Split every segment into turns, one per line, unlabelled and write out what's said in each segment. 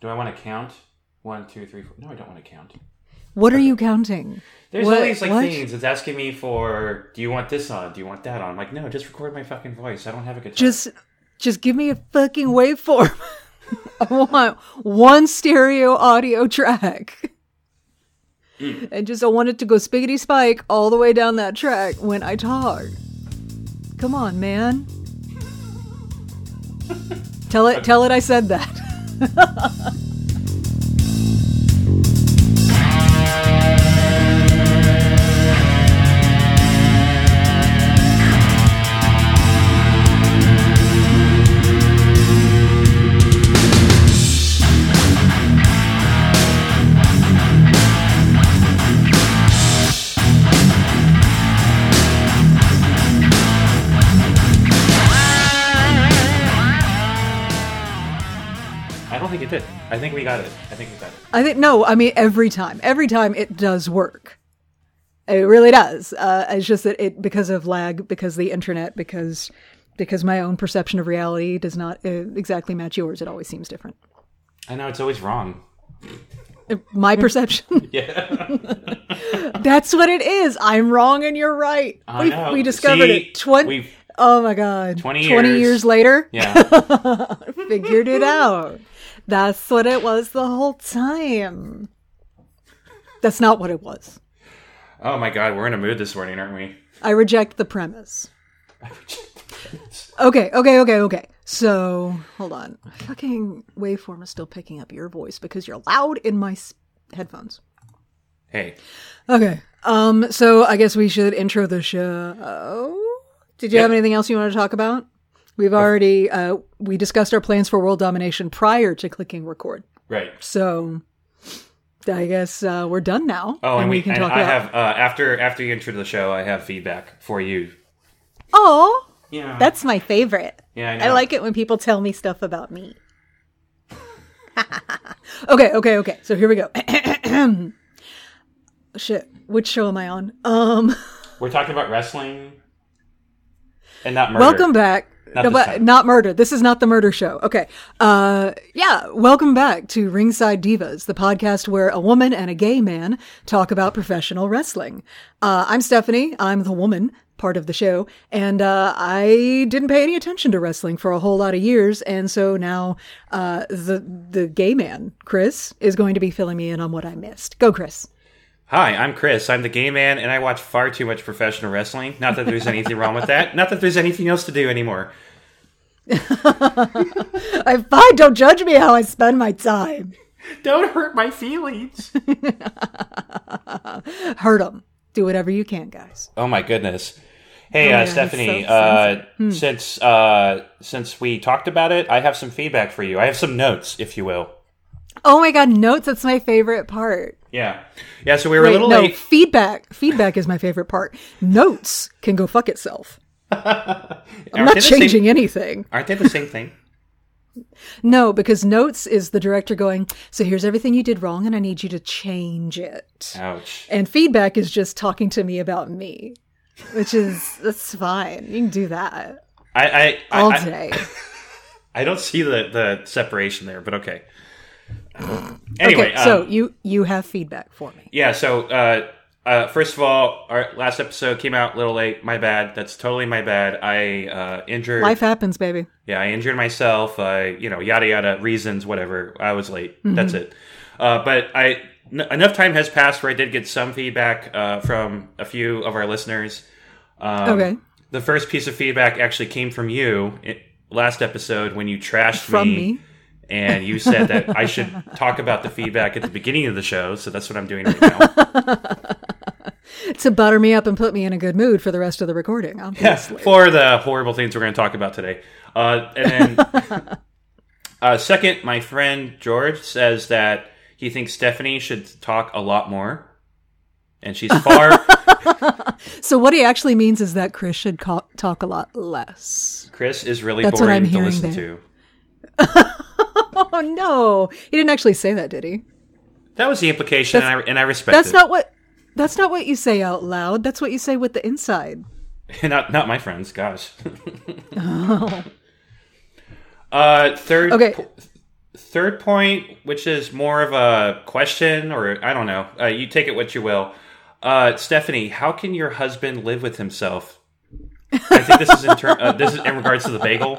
Do I want to count? One, two, three, four. No, I don't want to count.
What are you counting?
There's
What-
all these like
what?
things. It's asking me for, do you want this on? Do you want that on? I'm like, no, just record my fucking voice. I don't have a guitar.
Just just give me a fucking waveform. I want one stereo audio track.
Hmm.
And just I want it to go spiggity spike all the way down that track when I talk. Come on, man. tell it tell it I said that.
I don't think it did. I think we got it. I think we got it.
I think no. I mean, every time, every time it does work. It really does. Uh, it's just that it because of lag, because the internet, because because my own perception of reality does not uh, exactly match yours. It always seems different. Uh,
I know it's always wrong.
My perception.
Yeah.
That's what it is. I'm wrong and you're right.
I
we,
know.
we discovered
See,
it. Twenty.
we've-
Oh my god.
20
Twenty
years.
years later,
Yeah.
figured it out. That's what it was the whole time. That's not what it was.
oh my god, we're in a mood this morning, aren't we?
I reject the premise. Okay, okay, okay, okay. So, hold on. My fucking waveform is still picking up your voice because you're loud in my s- headphones.
hey.
Okay. Um so I guess we should intro the show. Did you have anything else you want to talk about? We've already uh we discussed our plans for world domination prior to clicking record.
Right.
So I guess uh, we're done now.
Oh, and, we,
can
and
talk
I
about.
have uh, after after you entered the show, I have feedback for you.
Oh,
Yeah.
that's my favorite.
yeah. I, know.
I like it when people tell me stuff about me. okay, okay, okay. So here we go. Shit, which show am I on? Um,
We're talking about wrestling and not murder.
welcome back.
Not
no,
this
but
time.
not murder. This is not the murder show. Okay. Uh, yeah. Welcome back to Ringside Divas, the podcast where a woman and a gay man talk about professional wrestling. Uh, I'm Stephanie. I'm the woman part of the show. And, uh, I didn't pay any attention to wrestling for a whole lot of years. And so now, uh, the, the gay man, Chris, is going to be filling me in on what I missed. Go, Chris.
Hi, I'm Chris. I'm the gay man, and I watch far too much professional wrestling. Not that there's anything wrong with that. Not that there's anything else to do anymore.
I fine. Don't judge me how I spend my time.
Don't hurt my feelings.
Hurt 'em. Do whatever you can, guys.
oh my goodness. Hey,
Oh, yeah,
uh,
he's
Stephanie.
so Hmm.
uh, since uh, since we talked about it, I have some feedback for you. I have some notes, if you will.
Oh my god, notes, that's my favorite part.
Yeah, yeah. So we were a
Wait,
little
no,
late.
feedback. Feedback is my favorite part. Notes can go fuck itself. I'm
Aren't
not
they the same-
changing anything.
Aren't they the same thing?
No, because notes is the director going, so here's everything you did wrong and I need you to change it.
Ouch.
And feedback is just talking to me about me, which is, that's fine. You can do that
I I I,
all
I-
day.
I don't see the the separation there, but okay. anyway,
okay, so
um,
you, you have feedback for me.
yeah. So uh, uh, first of all, our last episode came out a little late. My bad. That's totally my bad. I uh, injured.
Life happens, baby.
Yeah, I injured myself. I, you know, yada yada reasons, whatever. I was late.
Mm-hmm.
That's it. Uh, but I n- enough time has passed where I did get some feedback uh, from a few of our listeners. Um,
Okay.
The first piece of feedback actually came from you i last episode when you trashed
From me?
and you said that I should talk about the feedback at the beginning of the show. So that's what I'm doing right now.
To butter me up and put me in a good mood for the rest of the recording, obviously.
for the horrible things we're going to talk about today. Uh, and then, uh, second, my friend George says that he thinks Stephanie should talk a lot more, and she's far.
So what he actually means is that Chris should ca- talk a lot less.
Chris is really
That's what I'm
boring to
hearing
listen
there.
to.
Oh no, he didn't actually say that, did he?
That was the implication, and I, and I respect
That's
it.
not what. That's not what you say out loud. That's what you say with the inside.
not not my friends. Gosh. uh, third.
Oh. Okay.
po- Third point, which is more of a question, or I don't know, uh, you take it what you will. Uh, Stephanie, how can your husband live with himself? I think this is in ter- uh, this is in regards to the bagel.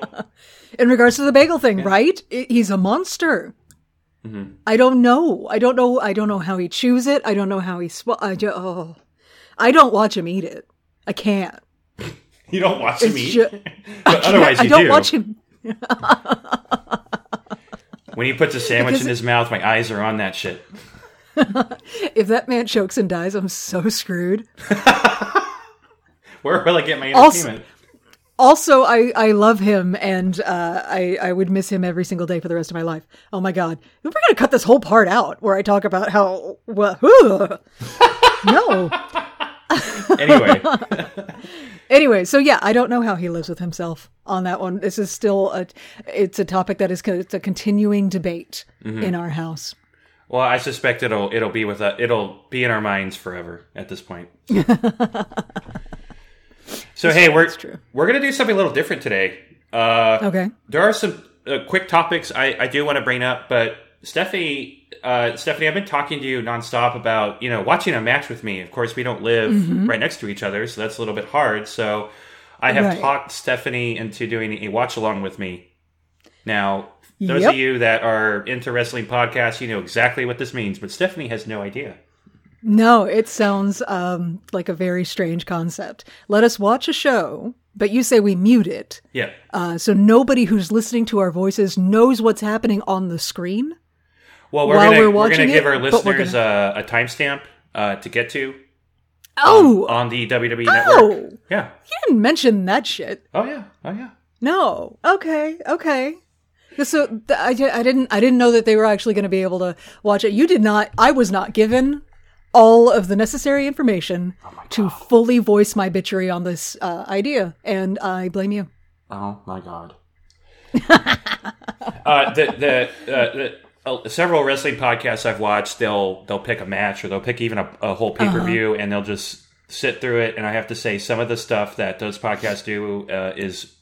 in regards to the bagel thing, right? I- He's a monster.
Mm-hmm.
I don't know. I don't know. I don't know how he chews it. I don't know how he sw- I ju- oh. I don't watch him eat it. I can't.
You don't watch him
It's
eat,
ju-
but otherwise
I
you
don't
do.
watch him.
When he puts a sandwich
Because-
in his mouth, my eyes are on that shit.
If that man chokes and dies, I'm so screwed.
Where will I get my
Also-
entertainment?
Also, I, I love him and uh, I, I would miss him every single day for the rest of my life. Oh my God. We're going to cut this whole part out where I talk about how. wha- ugh. no.
anyway,
Anyway, so yeah, I don't know how he lives with himself on that one. This is still a, it's a topic that is co- it's a continuing debate in our house.
well, I suspect it'll it'll be with uh, it'll be in our minds forever at this point. so hey, we're
true.
we're gonna do something a little different today. Uh,
Okay.
There are some uh, quick topics I, I do want to bring up, but Stephanie, uh, Stephanie, I've been talking to you nonstop about you know watching a match with me. Of course, we don't live
Mm-hmm.
right next to each other, so that's a little bit hard. So I have
Right.
talked Stephanie into doing a watch along with me. Now, those
Yep.
of you that are into wrestling podcasts, you know exactly what this means, but Stephanie has no idea.
No, it sounds um, like a very strange concept. Let us watch a show, but you say we mute it.
Yeah.
Uh, so nobody who's listening to our voices knows what's happening on the screen.
Well, we're
while
gonna
we're
we're,
watching
gonna give
it,
our
but we're
listeners uh a, timestamp uh, to get to
Oh,
on the WWE network.
oh,
Yeah.
you didn't mention that shit.
Oh yeah. Oh yeah.
No. Okay. Okay. So th- I, di- I didn't I didn't know that they were actually going to be able to watch it. You did not. I was not given all of the necessary information
Oh
to fully voice my bitchery on this uh, idea, and I blame you.
Oh my god. uh, the the, uh, the uh, several wrestling podcasts I've watched, they'll they'll pick a match or they'll pick even a, a whole pay per view, and they'll just sit through it. And I have to say, some of the stuff that those podcasts do uh, is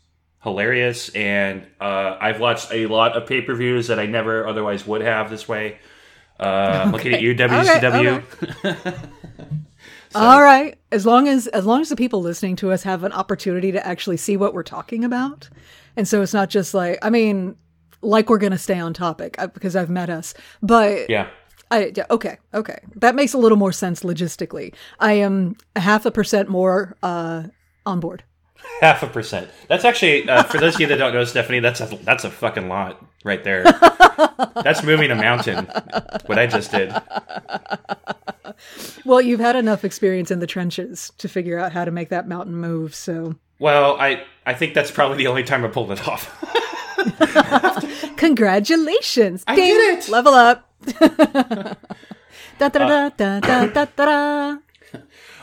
hilarious. And uh, I've watched a lot of pay per views that I never otherwise would have this way. Uh, I'm Looking at you, WCW.
All right. As long as as long as the people listening to us have an opportunity to actually see what we're talking about, and so it's not just like I mean, like we're going to stay on topic uh, because I've met us, but
Yeah.
I, yeah, okay, okay. That makes a little more sense logistically. I am a half a percent more uh, on board.
half a percent. That's actually uh, for those of you that don't know, Stephanie. That's a, that's a fucking lot right there. That's moving a mountain. What I just did.
Well, you've had enough experience in the trenches to figure out how to make that mountain move. So,
Well, I I think that's probably the only time I pulled it off.
congratulations! I
did it!
Level up. da, da, da, da, da, da, da, da.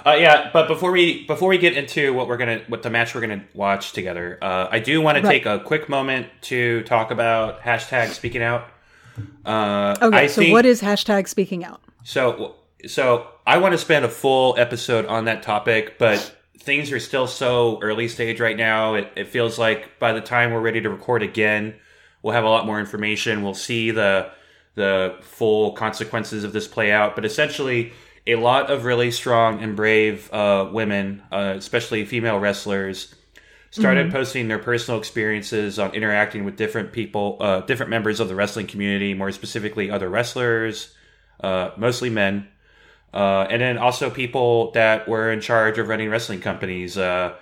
Uh, yeah, but before we before we get into what we're gonna what the match we're gonna watch together, uh, I do want to take a quick moment to talk about hashtag speaking out. Uh,
Okay,
I
so
think-
what is hashtag speaking out?
So, so I want to spend a full episode on that topic, but things are still so early stage right now. It, it feels like by the time we're ready to record again, we'll have a lot more information. We'll see the the full consequences of this play out. But essentially, a lot of really strong and brave uh, women, uh, especially female wrestlers, started posting their personal experiences on interacting with different people, uh, different members of the wrestling community, more specifically other wrestlers, uh, mostly men, uh, and then also people that were in charge of running wrestling companies. Uh,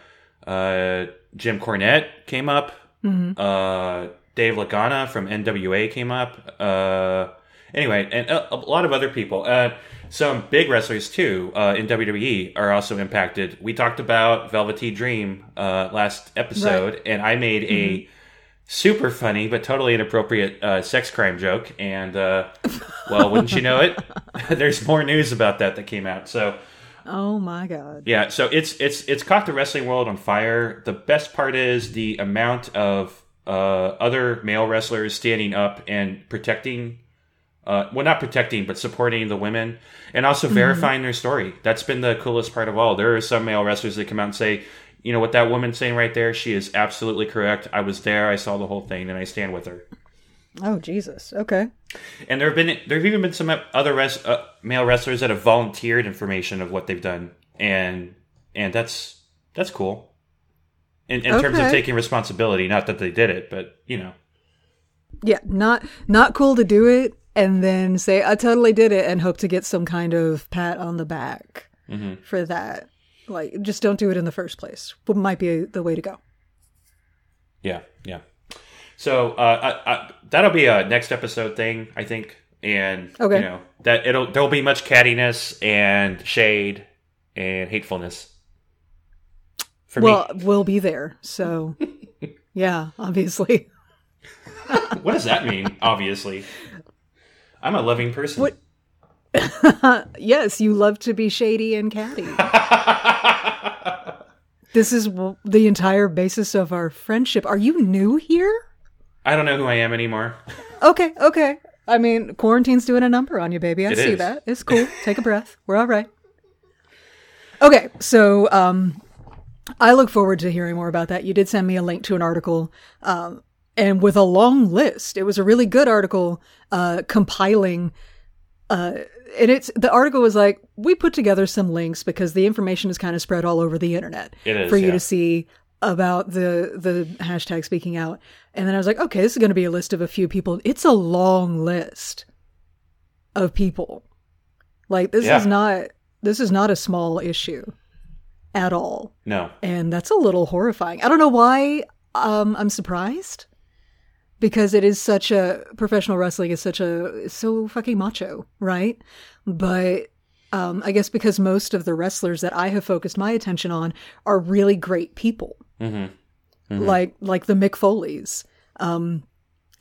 uh, Jim Cornette came up. Uh, Dave Lagana from NWA came up. Uh, anyway, and a, a lot of other people. Uh, some big wrestlers too uh, in WWE are also impacted. We talked about Velveteen Dream uh, last episode, and I made a super funny but totally inappropriate uh, sex crime joke. And uh, well, wouldn't you know it? There's more news about that that came out. So.
Oh my god!
Yeah, so it's it's it's caught the wrestling world on fire. The best part is the amount of uh, other male wrestlers standing up and protecting, uh, well, not protecting, but supporting the women and also verifying their story. That's been the coolest part of all. There are some male wrestlers that come out and say, you know what that woman's saying right there, she is absolutely correct. I was there, I saw the whole thing, and I stand with her.
Oh Jesus. Okay.
And there have been there have even been some other res, uh, male wrestlers that have volunteered information of what they've done, and and that's that's cool. In, in terms of
Okay.
taking responsibility, not that they did it, but you know,
Yeah. Not not cool to do it and then say I totally did it and hope to get some kind of pat on the back
Mm-hmm.
for that. Like just don't do it in the first place. What might be the way to go.
yeah, yeah. So uh, I, I, that'll be a next episode thing, I think, and
Okay.
you know that it'll there'll be much cattiness and shade and hatefulness. For
Well, we'll be there. So yeah, obviously.
me, what does that mean? Obviously, I'm a loving person.
What- Yes, you love to be shady and catty. this is w- the entire basis of our friendship. Are you new here?
I don't know who I am anymore.
Okay, okay. I mean, quarantine's doing a number on you, baby. I
It
see
is.
that. It's cool. Take a breath. We're all right. Okay, so um, I look forward to hearing more about that. You did send me a link to an article, um, and with a long list. It was a really good article uh, compiling. Uh, and it's the article was like we put together some links because the information is kind of spread all over the internet
It is,
for you
yeah.
to see about the the hashtag speaking out. And then I was like, okay, this is going to be a list of a few people. It's a long list of people. Like this
Yeah.
is not this is not a small issue at all.
No,
And that's a little horrifying. I don't know why um, I'm surprised because it is such a professional wrestling is such a is so fucking macho, right? But um, I guess because most of the wrestlers that I have focused my attention on are really great people,
Mm-hmm.
like like the Mick Foley's, um,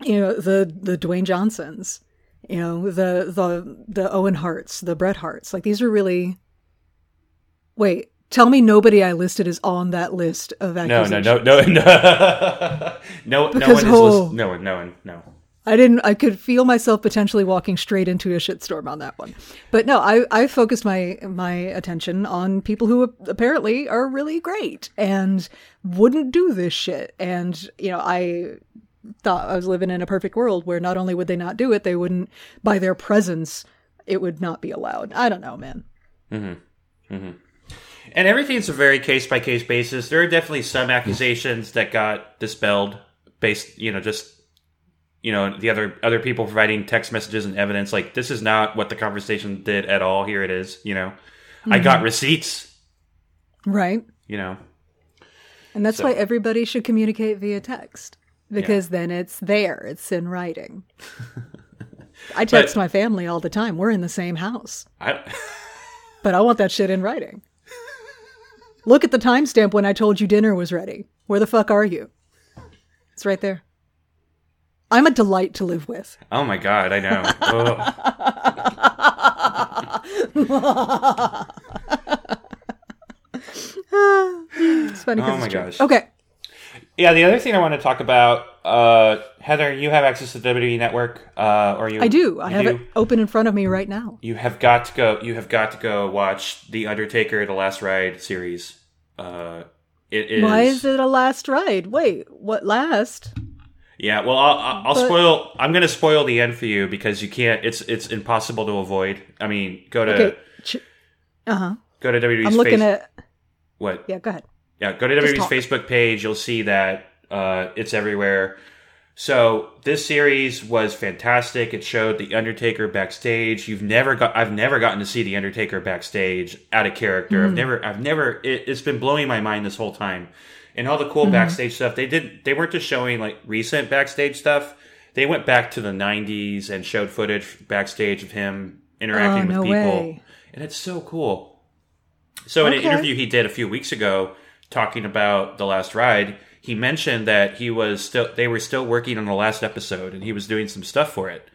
you know the the Dwayne Johnsons, you know the the the Owen Harts, the Bret Harts. Like these are really. Wait, tell me nobody I listed is on that list of
no,
accusations.
no, no, no, no, no, no
Because
one is
whole-
lis- no one, no one, no.
I didn't. I could feel myself potentially walking straight into a shitstorm on that one, but no, I, I focused my my attention on people who apparently are really great and wouldn't do this shit. And you know, I thought I was living in a perfect world where not only would they not do it, they wouldn't by their presence, it would not be allowed. I don't know, man.
And everything's a very case by case basis. There are definitely some accusations that got dispelled based, you know, just you know, the other other people providing text messages and evidence like this is not what the conversation did at all. Here it is, you know. I got receipts,
Right.
you know.
And that's
So-
why everybody should communicate via text because then it's there, it's in writing. I text my family all the time. We're in the same house,
I
but I want that shit in writing. Look at the timestamp when I told you dinner was ready. Where the fuck are you? It's right there. I'm a delight to live with.
Oh my god, I know. Oh, Ugh.
It's funny 'cause
Oh my
it's true.
gosh.
Okay.
Yeah, the other thing I want to talk about, uh, Heather, you have access to WWE E Network, uh, or you?
I do. I
you
have
do?
it open in front of me right now.
You have got to go. You have got to go watch the Undertaker: The Last Ride series. Uh, it is.
Why is it a last ride? Wait, what last?
Yeah. Well, I'll, I'll, I'll
But-
spoil. I'm going to spoil the end for you because you can't. It's it's impossible to avoid. I mean, go to
Okay. Uh huh.
go to WWE's.
I'm looking
face-
at.
what?
Yeah, go ahead.
Yeah, go to WWE's
talk.
Facebook page. You'll see that uh, it's everywhere. So this series was fantastic. It showed the Undertaker backstage. You've never got. I've never gotten to see the Undertaker backstage out of character.
Mm-hmm.
I've never. I've never. It, it's been blowing my mind this whole time. And all the cool
Mm-hmm.
backstage stuff they did. They weren't just showing like recent backstage stuff. They went back to the '90s and showed footage backstage of him interacting
Oh,
with
no
people,
way.
and it's so cool. So in
Okay.
an interview he did a few weeks ago talking about the last ride, he mentioned that he was still they were still working on the last episode and he was doing some stuff for it.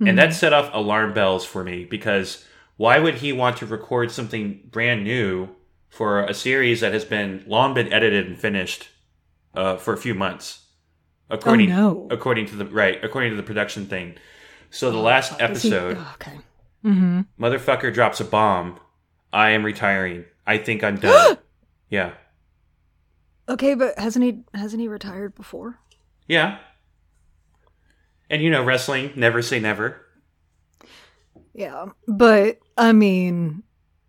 And
Mm-hmm.
that set off alarm bells for me because why would he want to record something brand new for a series that has been long been edited and finished uh, for a few months? According
Oh, no.
according to the right, according to the production thing. So the last
Is he-
episode
oh, okay.
motherfucker drops a bomb. I am retiring. I think I'm done. yeah.
Okay, but hasn't he hasn't he retired before?
Yeah. And you know, wrestling, never say never.
Yeah. But I mean,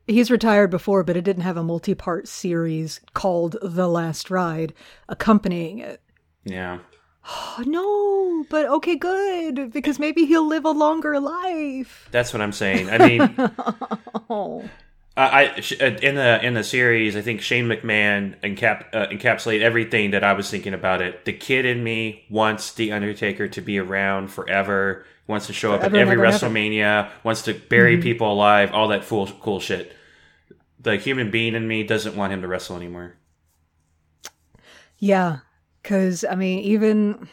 he's retired before, but it didn't have a multi part series called The Last Ride accompanying it.
Yeah.
Oh, no, but okay, good, because maybe he'll live a longer life.
That's what I'm saying. I mean,
Oh.
I I- sh- uh, in the in the series, I think Shane McMahon encap, uh, encapsulated everything that I was thinking about it. The kid in me wants the Undertaker to be around forever. Wants to show up
Forever
at
and
every
ever and ever. Mm-hmm.
WrestleMania. Wants to bury people alive. All that fool cool shit. The human being in me doesn't want him to wrestle anymore.
Yeah, because I mean, even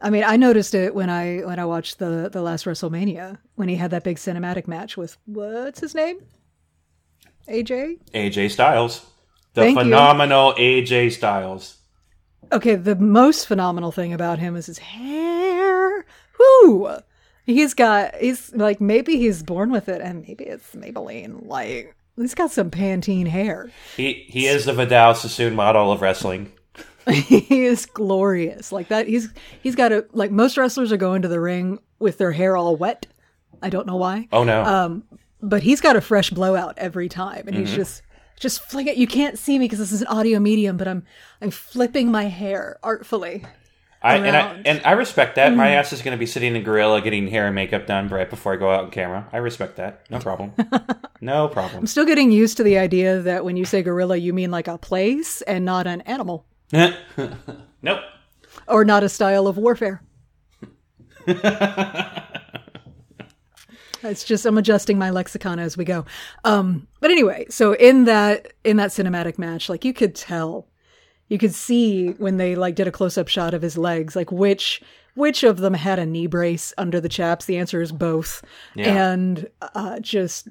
I mean, I noticed it when I when I watched the the last WrestleMania when he had that big cinematic match with what's his name, AJ.
AJ Styles, the
Thank you.
phenomenal AJ Styles.
Okay, the most phenomenal thing about him is his hair. Whoo! He's got he's like maybe he's born with it, and maybe it's Maybelline. Like he's got some Pantene hair.
He he is the Vidal Sassoon model of wrestling.
he is glorious like that he's he's got a like most wrestlers are going to the ring with their hair all wet i don't know why
Oh no.
Um, but he's got a fresh blowout every time and he's just just fling it you can't see me because this is an audio medium but i'm i'm flipping my hair artfully
I, and I
around. Mm-hmm.
and I respect that. My ass is going to be sitting in gorilla getting hair and makeup done right before I go out on camera. I respect that. No problem. no problem.
i'm still getting used to the idea that when you say gorilla you mean like a place and not an animal
Nope.
or not a style of warfare it's just i'm adjusting my lexicon as we go um but anyway so in that in that cinematic match like you could tell you could see when they like did a close-up shot of his legs like which which of them had a knee brace under the chaps the answer is both
Yeah.
and uh just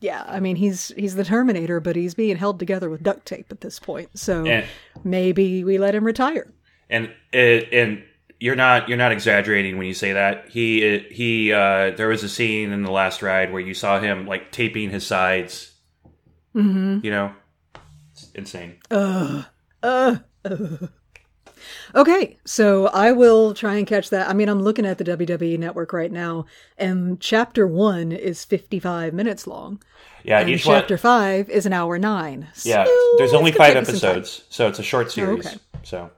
yeah i mean he's he's the terminator but he's being held together with duct tape at this point so
And
maybe we let him retire
and it, and you're not you're not exaggerating when you say that. He he uh there was a scene in the last ride where you saw him like taping his sides. Mm-hmm. You know. It's insane.
Oh, Okay, so I will try and catch that. I mean, I'm looking at the WWE network right now, and chapter one is 55 minutes long,
Yeah,
and
each one
chapter five is an hour nine.
Yeah,
So
there's
it's
only
gonna
five
take us some time. Oh,
episodes, so it's a short series.
okay.
So,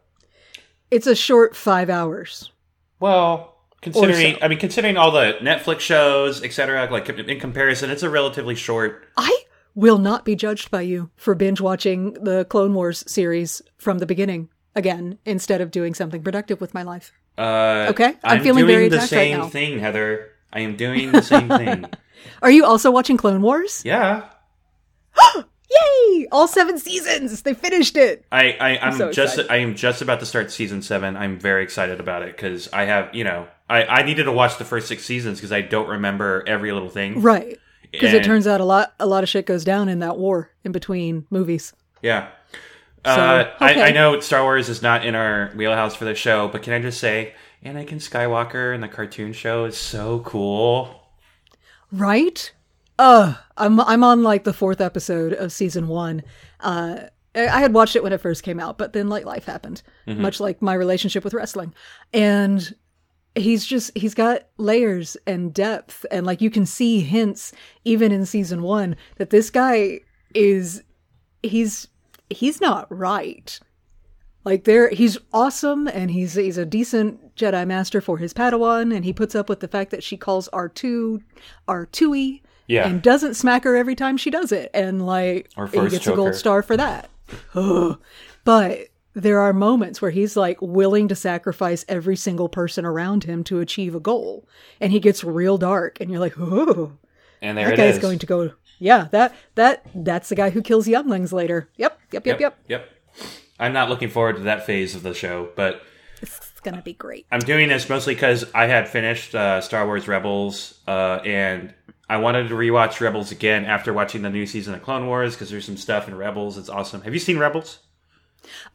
It's a short five hours.
well, considering
so.
I mean, considering all the Netflix shows, etc., like in comparison, it's a relatively short.
I will not be judged by you for binge watching the Clone Wars series from the beginning again instead of doing something productive with my life.
Uh,
Okay, I'm
I'm
feeling
doing
very
the
attacked right
same
now.
thing, Heather. I am doing the same thing.
Are you also watching Clone Wars?
Yeah,
Yay! All seven seasons! They finished it!
I, I I'm,
so
just
excited.
I am just about to start season seven. I'm very excited about it because I have you know I I needed to watch the first six seasons because I don't remember every little thing.
Right. Because
And-
it turns out a lot a lot of shit goes down in that war in between movies.
Yeah. uh,
okay.
I, I know Star Wars is not in our wheelhouse for the show, but can I just say, Anakin Skywalker in the cartoon show is so cool.
Right? Uh, I'm I'm on like the fourth episode of season one. Uh, I I had watched it when it first came out, but then like life happened, much like my relationship with wrestling, and he's just he's got layers and depth, and like you can see hints even in season one that this guy is he's he's not right. Like there, he's awesome, and he's he's a decent Jedi Master for his Padawan, and he puts up with the fact that she calls R two R two
Yeah.
and doesn't smack her every time she does it, and like
Or
he
first
gets a
choke her.
gold star for that. Ugh. But there are moments where he's like willing to sacrifice every single person around him to achieve a goal, and he gets real dark, and you're like, oh,
And there
that
it
guy's
is.
going to go. Yeah, that that that's the guy who kills younglings later. yep, yep, yep. yep.
Yep. I'm not looking forward to that phase of the show, but
It's gonna be great.
I'm doing this mostly because I had finished uh, Star Wars Rebels, uh, and I wanted to rewatch Rebels again after watching the new season of Clone Wars because there's some stuff in Rebels. It's awesome. Have you seen Rebels?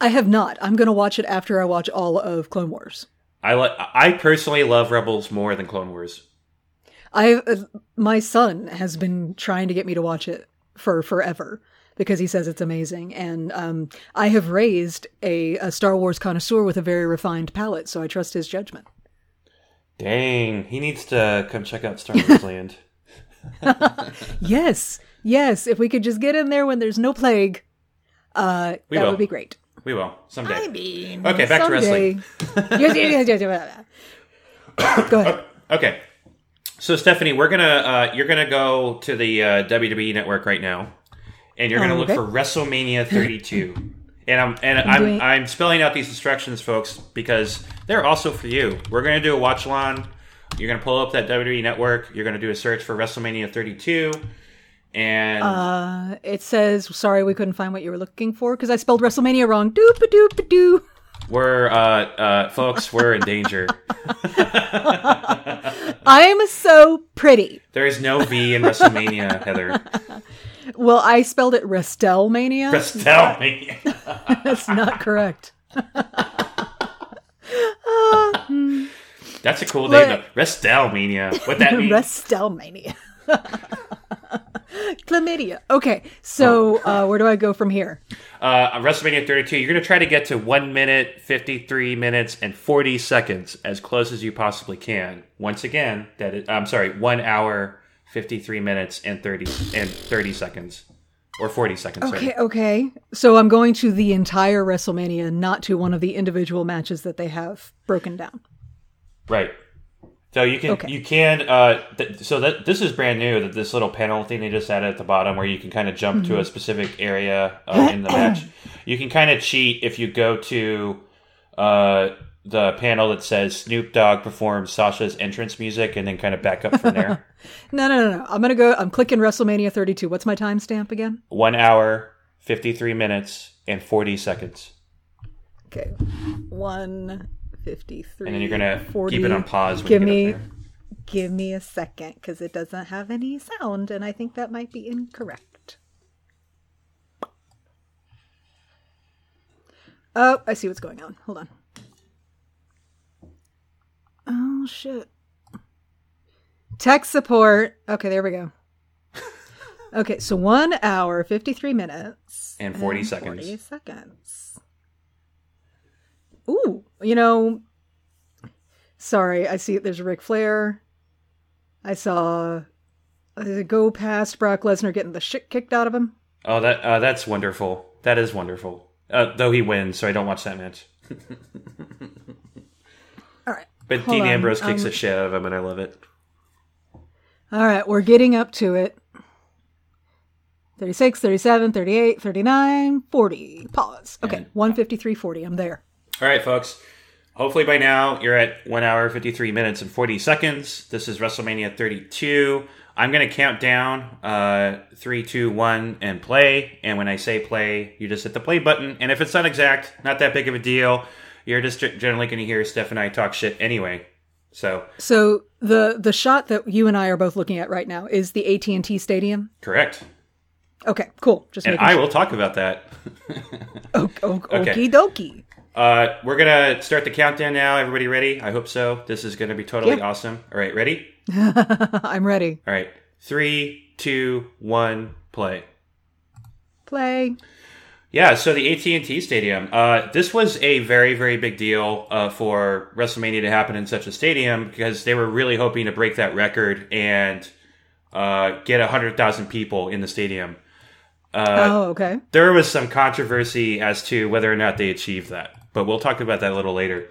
I have not. I'm going to watch it after I watch all of Clone Wars.
I li- I personally love Rebels more than Clone Wars.
I uh, my son has been trying to get me to watch it for forever because he says it's amazing, and um, I have raised a, a Star Wars connoisseur with a very refined palate, so I trust his judgment.
Dang, he needs to come check out Star Wars Land.
Yes, yes. If we could just get in there when there's no plague, uh,
We
that
will.
would be great.
We will someday.
mean,
Okay, back to wrestling.
someday. Yes, yes, yes, yes, yes. Go ahead.
Okay. So Stephanie, we're gonna uh, you're gonna go to the uh, WWE Network right now, and you're gonna
Oh,
look
okay.
for WrestleMania 32. and I'm and I'm
doing-
I'm spelling out these instructions, folks, because they're also for you. We're gonna do a watch along. You're gonna pull up that WWE Network. You're gonna do a search for WrestleMania 32, and
Uh, it says, "Sorry, we couldn't find what you were looking for because I spelled WrestleMania wrong." Doop a doop a doo.
we're uh, uh, folks, we're in danger.
I'm so pretty.
There is no V in WrestleMania, Heather.
Well, I spelled it Restelmania.
WrestleMania.
That's not correct.
That's a cool
Look.
name. though. WrestleMania. What that means?
Restelmania. Chlamydia. Okay, so
Oh.
uh, where do I go from here?
uh, on WrestleMania 32, you're going to try to get to 1 minute, 53 minutes, and 40 seconds as close as you possibly can. Once again, that is, I'm sorry, 1 hour, 53 minutes, and 30 and 30 seconds. Or 40 seconds,
Okay,
sorry.
okay. So I'm going to the entire WrestleMania, not to one of the individual matches that they have broken down.
Right. So you can,
Okay.
you can, uh, th- so that this is brand new, that this little panel thing they just added at the bottom where you can kind of jump to a specific area uh, in the match. You can kind of cheat if you go to, uh, the panel that says Snoop Dogg performs Sasha's entrance music and then kind of back up from there.
No, no, no, no. I'm gonna go. I'm clicking WrestleMania 32. What's my timestamp again?
One hour, 53 minutes, and 40 seconds.
Okay, one fifty-three.
And then you're going to
40.
keep it on pause when
Give
you get
me,
up there.
give me a second, because it doesn't have any sound, and I think that might be incorrect. Oh, I see what's going on. Hold on. Oh shit. Tech support. Okay, there we go. Okay, so one hour, fifty-three minutes,
And 40 seconds.
Forty seconds. Ooh, you know. Sorry, I see. There's Ric Flair. I saw. uh, go past Brock Lesnar getting the shit kicked out of him.
Oh, that uh, that's wonderful. That is wonderful. Uh, though he wins, so I don't watch that match.
All right.
But
Hold
Dean
on,
Ambrose kicks
um,
the shit out of him, and I love it.
All right, we're getting up to it. 36, 37, 38, 39, 40. Pause. Okay, 153, 40. I'm there.
All right, folks. Hopefully by now you're at one hour, 53 minutes, and 40 seconds. This is WrestleMania 32. I'm going to count down uh, three, two, one, and play. And when I say play, you just hit the play button. And if it's not exact, not that big of a deal. You're just generally going to hear Steph and I talk shit anyway. So,
So the the shot that you and I are both looking at right now is the AT&T Stadium.
correct.
Okay, cool. Just
And
making
I will talk about that.
o- o-
Okay.
okie dokie.
Uh, we're gonna start the countdown now. Everybody ready? I hope so. This is gonna be totally
Yeah.
awesome. All right, ready?
I'm ready.
All right, three, two, one, play.
Play.
Yeah, so the AT and T Stadium. Uh, this was a very, very big deal uh, for WrestleMania to happen in such a stadium because they were really hoping to break that record and uh, get hundred thousand people in the stadium. Uh,
oh, okay.
there was some controversy as to whether or not they achieved that, but we'll talk about that a little later.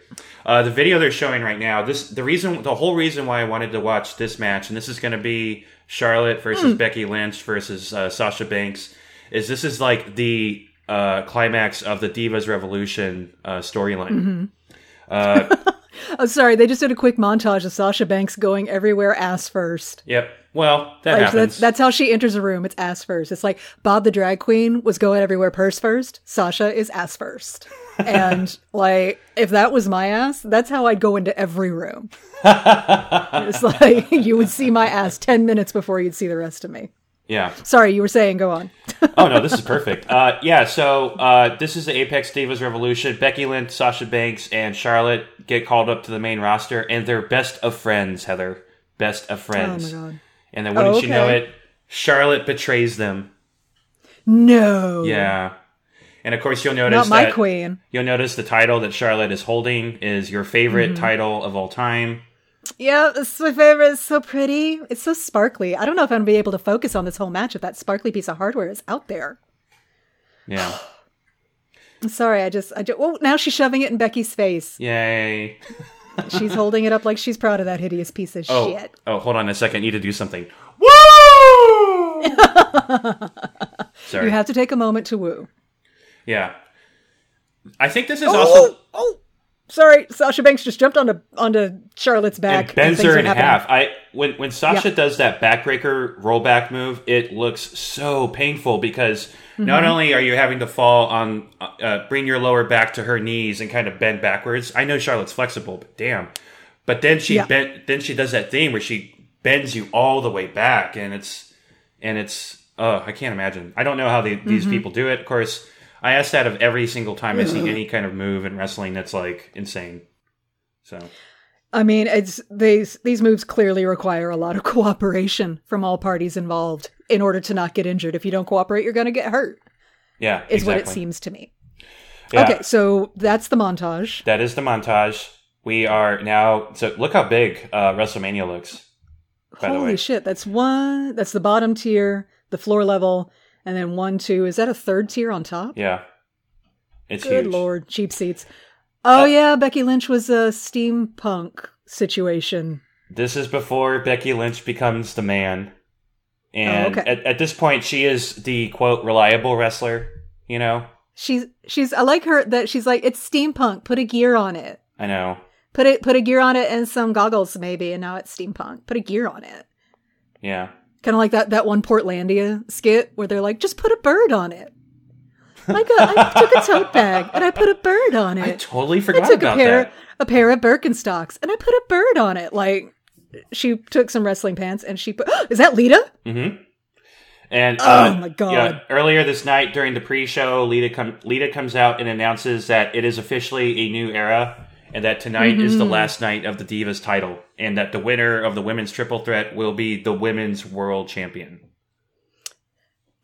Uh, the video they're showing right now, this the reason, the whole reason why I wanted to watch this match, and this is going to be Charlotte versus
Hmm.
Becky Lynch versus uh, Sasha Banks, is this is like the uh, climax of the Divas Revolution uh, storyline.
Mm-hmm. Oh, sorry. They just did a quick montage of Sasha Banks going everywhere ass first.
Yep. Well, that
Like, so
happens.
that's, that's how she enters a room. It's ass first. It's like Bob the drag queen was going everywhere purse first. Sasha is ass first. And like, if that was my ass, that's how I'd go into every room. it's like you would see my ass 10 minutes before you'd see the rest of me.
yeah.
Sorry, you were saying, go on.
oh no, this is perfect. Uh, yeah, so uh, this is the Apex Divas Revolution. Becky Lynch, Sasha Banks, and Charlotte get called up to the main roster, and they're best of friends. Heather, best of friends.
Oh my God.
And then wouldn't
Oh,
you know
okay.
it, Charlotte betrays them.
No.
Yeah, and of course you'll
Not
notice
my
that
queen. Mm-hmm.
you'll notice the title that Charlotte is holding is your favorite title of all time.
Yeah, it's my favorite. It's so pretty. It's so sparkly. I don't know if I'm gonna be able to focus on this whole match if that sparkly piece of hardware is out there.
Yeah.
I'm sorry, I just, I just. Oh, now she's shoving it in Becky's face.
Yay.
She's holding it up like she's proud of that hideous piece of
Oh,
shit.
oh, hold on a second. I need to do something. Woo! Sorry.
You have to take a moment to woo.
yeah. I think this is also.
oh, sorry, Sasha Banks just jumped onto onto Charlotte's back.
It bends
things
her
are
in
happening.
half. I when when Sasha does that backbreaker rollback move, it looks so painful because not
Mm-hmm.
only are you having to fall on, uh, uh, bring your lower back to her knees and kind of bend backwards. I know Charlotte's flexible, but damn. But then she
Yeah.
bent. Then she does that thing where she bends you all the way back, and it's and it's. Uh, I can't imagine. I don't know how they,
Mm-hmm.
these people do it. Of course, I ask that of every single time I see any kind of move in wrestling that's like insane. So
I mean, it's these these moves clearly require a lot of cooperation from all parties involved in order to not get injured. If you don't cooperate, you're going to get hurt.
yeah,
Is
exactly.
what it seems to me.
Yeah.
Okay, so that's the montage.
That is the montage. We are now. So look how big uh, WrestleMania looks. By the
Holy
way,
shit, that's one. That's the bottom tier, the floor level, and then one, two. Is that a third tier on top?
yeah, it's
Good
huge. Uh,
lord, cheap seats. Oh yeah, Becky Lynch was a steampunk situation.
This is before Becky Lynch becomes the man, and
Oh, okay.
at, at this point, she is the quote reliable wrestler. You know,
She's she's. I like her that she's like it's steampunk. Put a gear on it.
I know.
Put it put a gear on it and some goggles maybe, and now it's steampunk. Put a gear on it.
Yeah,
Kind of like that that one Portlandia skit where they're like, just put a bird on it. Like a, I took a tote bag and I put a bird on
I
it.
totally
I
forgot
took a
about
pair
that.
a pair of Birkenstocks and I put a bird on it. Like she took some wrestling pants and she put is that Lita?
Mm-hmm. And
Oh
uh,
my God.
yeah, earlier this night during the pre-show, Lita come Lita comes out and announces that it is officially a new era, and that tonight is
Mm-hmm.
the last night of the Divas title, and that the winner of the women's triple threat will be the women's world champion.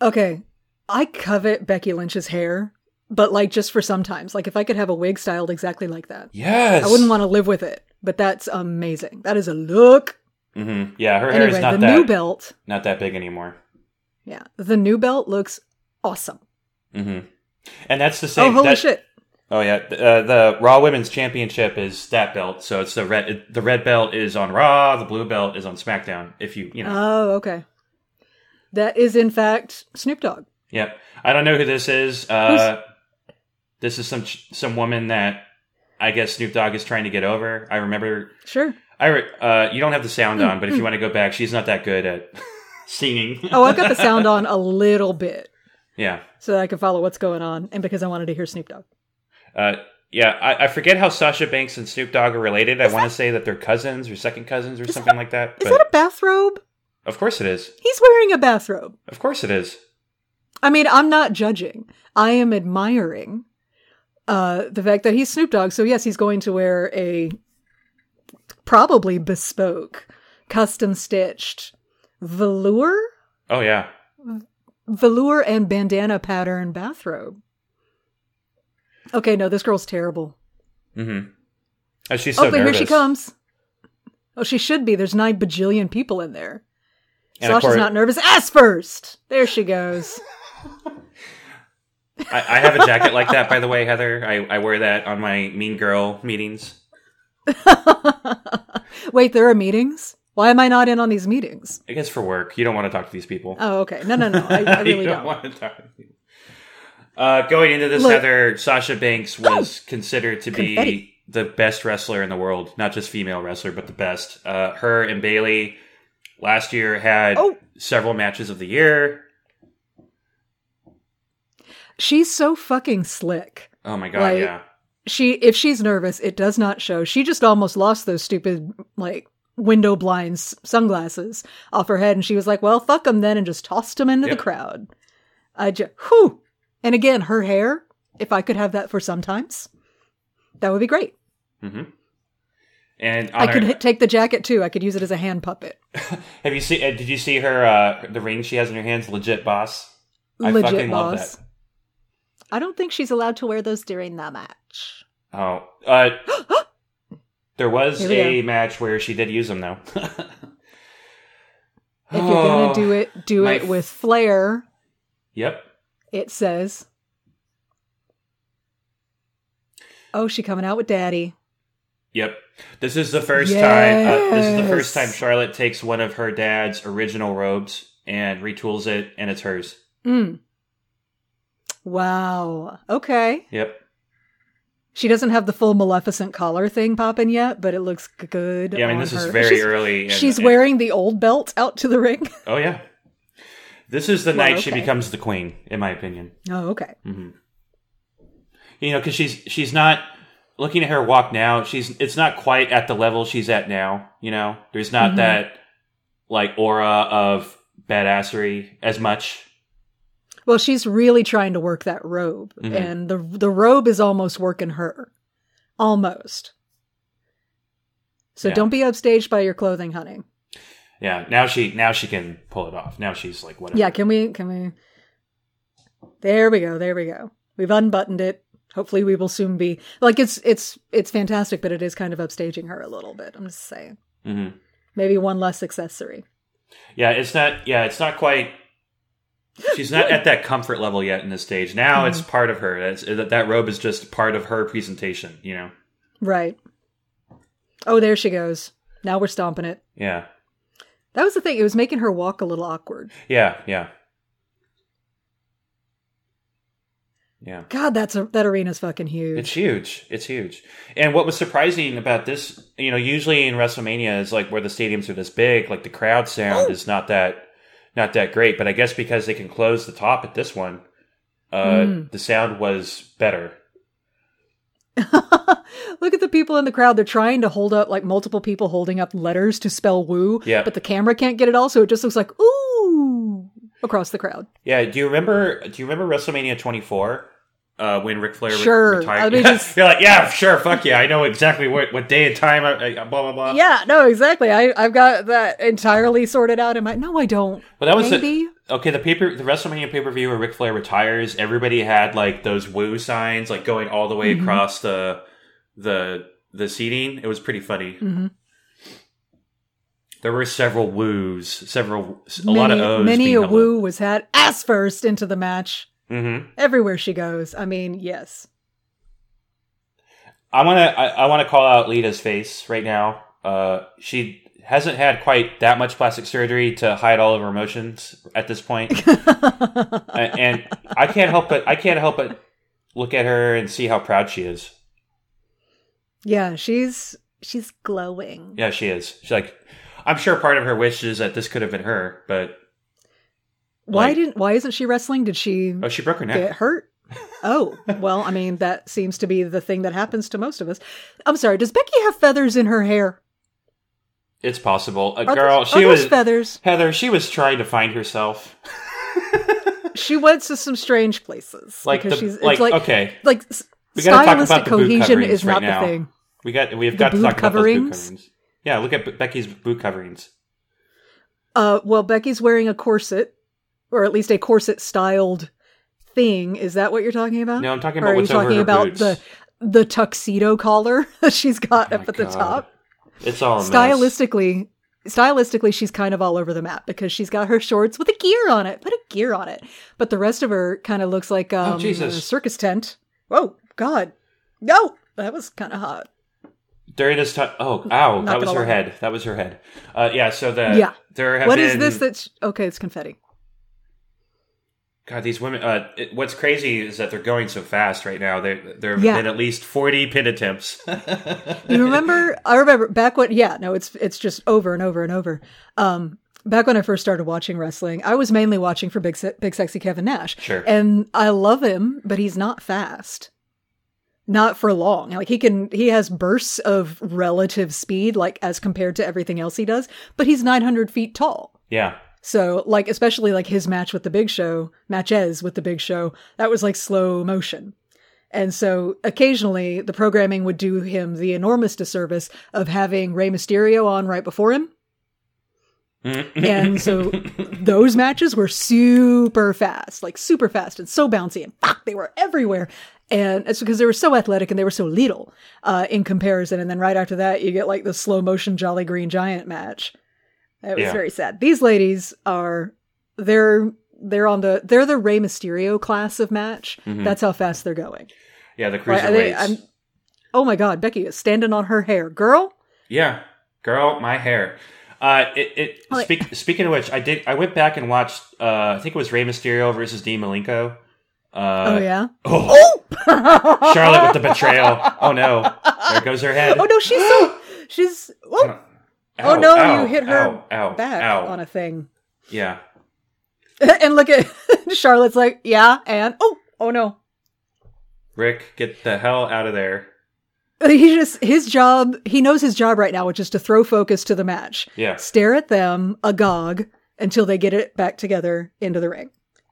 Okay. I covet Becky Lynch's hair, but like just for sometimes. Like if I could have a wig styled exactly like that.
Yes,
I wouldn't want to live with it, but that's amazing. That is a look.
Mm-hmm. Yeah, her hair
Anyway,
is not
the
that
new belt.
not that big anymore.
Yeah. The new belt looks awesome.
Mm-hmm. And that's the same.
oh, holy
that-
shit.
Oh yeah, Th- uh, the Raw Women's Championship is that belt. So it's the red. It, the red belt is on Raw. The blue belt is on SmackDown. If you you know.
Oh, okay. That is, in fact, Snoop Dogg.
Yep. I don't know who this is. Uh, this is some ch- some woman that I guess Snoop Dogg is trying to get over. I remember.
Sure.
I re- uh, you don't have the
Hmm,
sound on, but if you want to go back, she's not that good at singing.
Oh, I've got the sound on a little bit
yeah.
so that I can follow what's going on and because I wanted to hear Snoop Dogg.
Uh, yeah. I, I forget how Sasha Banks and Snoop Dogg are related. I want to say that they're cousins or second cousins or something like that.
Is
But
that a bathrobe?
of course it is.
He's wearing a bathrobe.
Of course it is.
I mean, I'm not judging. I am admiring uh, the fact that he's Snoop Dogg. So yes, he's going to wear a probably bespoke, custom stitched velour,
Oh yeah.
velour and bandana pattern bathrobe. Okay, no, this girl's terrible.
Mm-hmm. Oh, she's so
oh, but
nervous.
here she comes. Oh, she should be. There's nine bajillion people in there.
And of
Sasha's
course-
not nervous. Ass first. There she goes.
I, I have a jacket like that, by the way, Heather. I, I wear that on my Mean Girl meetings.
Wait, there are meetings. Why am I not in on these meetings?
I guess for work. You don't want to talk to these people.
Oh, okay. No, no, no. I, I
you
really
don't,
don't.
want to talk to people. Uh, going into this,
Look- Oh.
Heather, Sasha Banks was considered to be
Confetti.
the best wrestler in the world. Not just female wrestler, but the best. Uh, her and Bailey last year had
Oh.
several matches of the year.
She's so fucking slick.
Oh my God,
Like-
yeah.
She, if she's nervous, it does not show. She just almost lost those stupid like window blinds sunglasses off her head, and she was like, "Well, fuck them then," and just tossed them into
Yep.
the crowd. I just, whew. And again, her hair. If I could have that for sometimes, that would be great.
hmm And on
I could
her-
hit, take the jacket too. I could use it as a hand puppet.
have you see? Uh, did you see her? Uh, the ring she has in her hands, legit boss. I
Legit
fucking love
boss.
that.
I don't think she's allowed to wear those during the match.
Oh, uh, Oh, There was
Here we
a match where she did use them, though.
If you're gonna do it, do
Oh, my
it with flair.
Yep.
It says, "Oh, she coming out with daddy."
Yep. This is the first time. Uh, this is the first time
Yes.
Charlotte takes one of her dad's original robes and retools it, and it's hers.
Mm. Wow. Okay.
Yep.
She doesn't have the full Maleficent collar thing popping yet, but it looks g- good.
Yeah. I mean,
on
this is
her.
very
She's,
early. and-
she's
and-
wearing the old belt out to the ring.
Oh yeah. This is the
Well,
night she
okay.
becomes the queen, in my opinion.
oh, okay.
Mm-hmm. You know, because she's she's not looking at her walk now. She's it's not quite at the level she's at now. You know, there's not
Mhm.
that like aura of badassery as much.
Well, she's really trying to work that robe,
Mhm.
and the the robe is almost working her, almost. So
Yeah.
don't be upstaged by your clothing, honey.
Yeah. Now she now she can pull it off. Now she's like whatever.
Yeah, can we? Can we? There we go. There we go. We've unbuttoned it. Hopefully, we will soon be like it's it's it's fantastic, but it is kind of upstaging her a little bit. I'm just saying,
hmm
maybe one less accessory.
Yeah. It's not. Yeah. It's not quite. She's not at that comfort level yet in this stage. Now it's part of her. That's, that that robe is just part of her presentation. You know.
Right. Oh, there she goes. Now we're stomping it.
Yeah.
That was the thing. It was making her walk a little awkward.
Yeah. Yeah. Yeah.
God, that's a, that arena's fucking huge.
It's huge. It's huge. And what was surprising about this, you know, usually in WrestleMania is like where the stadiums are this big, like the crowd sound
Oh!
is not that not that great, but I guess because they can close the top at this one, uh
Hmm.
the sound was better.
Look at the people in the crowd. They're trying to hold up like multiple people holding up letters to spell woo,
Yeah.
but the camera can't get it all, so it just looks like ooh across the crowd.
Yeah, do you remember do you remember WrestleMania 24? Uh, when Ric Flair re-
Sure. I
retired,
mean, just-
you're like, yeah, sure, fuck yeah, I know exactly what, what day and time, I, I, blah blah blah.
yeah, no, exactly. I I've got that entirely sorted out in my No, I don't.
Well, that was the-
Maybe.
Okay, the paper, the WrestleMania pay per view where Ric Flair retires, everybody had like those woo signs, like going all the way
Mhm.
across the the the seating. It was pretty funny.
Mhm.
There were several woos, several a lot of O's.
many
being
a
held
woo was had ass first into the match.
up. Mhm.
Everywhere she goes. I mean, yes.
I want to I, I want to call out Lita's face right now. Uh, she hasn't had quite that much plastic surgery to hide all of her emotions at this point. A- and I can't help but I can't help but look at her and see how proud she is.
Yeah, she's she's glowing.
Yeah, she is. She's like, I'm sure part of her wish is that this could have been her, but
why
like-
didn't why isn't she wrestling? Did she
oh, she broke her
get
neck.
hurt? Oh, well, I mean, that seems to be the thing that happens to most of us. I'm sorry, does Becky have feathers in her hair?
It's possible. A
Are
girl,
those-
she
are those
was
feathers.
Heather. She was trying to find herself.
She went to some strange places.
Like
because
the
she's,
like,
it's like
okay,
like s-
We gotta talk
stylistic
about the boot
cohesion
coverings
is
right
not
now.
the thing.
we got we've
the
got to
boot
talk about those boot
coverings?
coverings. Yeah, look at Be- Becky's boot coverings.
Uh, well, Becky's wearing a corset, or at least a corset styled thing. Is that what you're talking about?
No, I'm talking
Or
about
are you
what's over
talking
her
about
boots.
the the tuxedo collar that she's got
Oh my
up at the
God.
top?
It's all a mess.
Stylistically, stylistically, she's kind of all over the map because she's got her shorts with a gear on it. Put a gear on it, but the rest of her kind of looks like um,
Jesus.
a circus tent. Whoa, God, no, that was kind of hot.
During this time, oh, ow, that
Knock it
was
all
her
over.
head. That was her head. Uh, yeah. So the
Yeah.
There have
What
been,
is this? That's okay. It's confetti.
God, these women. Uh, it, what's crazy is that they're going so fast right now. There, there have
Yeah.
been at least forty pin attempts.
You remember? I remember back when. Yeah, no, it's it's just over and over and over. Um, back when I first started watching wrestling, I was mainly watching for big, se- big sexy Kevin Nash.
Sure.
And I love him, but he's not fast. Not for long. Like he can, he has bursts of relative speed, like as compared to everything else he does. But he's 900 feet tall.
yeah,
So, like, especially like his match with the Big Show, matches with the Big Show, that was like slow motion. And so occasionally the programming would do him the enormous disservice of having Rey Mysterio on right before him. and so those matches were super fast, like super fast and so bouncy and fuck, they were everywhere. And it's because they were so athletic and they were so little uh, in comparison. And then right after that, you get like the slow motion Jolly Green Giant match. It was
Yeah.
very sad. These ladies are they're they're on the they're the Rey Mysterio class of match.
Mhm.
That's how fast they're going.
Yeah, the
Right, I think-
cruiserweights.
I'm- oh my god, Becky is standing on her hair, girl.
Yeah, girl, my hair. Uh, it, it
Like-
speak, speaking of which, I did. I went back and watched. Uh, I think it was Rey Mysterio versus Dean Malenko.
oh
Uh,
yeah.
oh,
Oh,
Charlotte with the betrayal. Oh no, there goes her head.
Oh no, she's so she's. Oh, oh
Ow,
no,
ow,
you hit her
ow, ow,
back
Uh, ow.
on a thing.
yeah,
and look at Charlotte's like, yeah, and oh, oh no.
Rick, get the hell out of there.
He just his job. He knows his job right now, which is to throw focus to the match,
Yeah,
stare at them agog until they get it back together into the ring.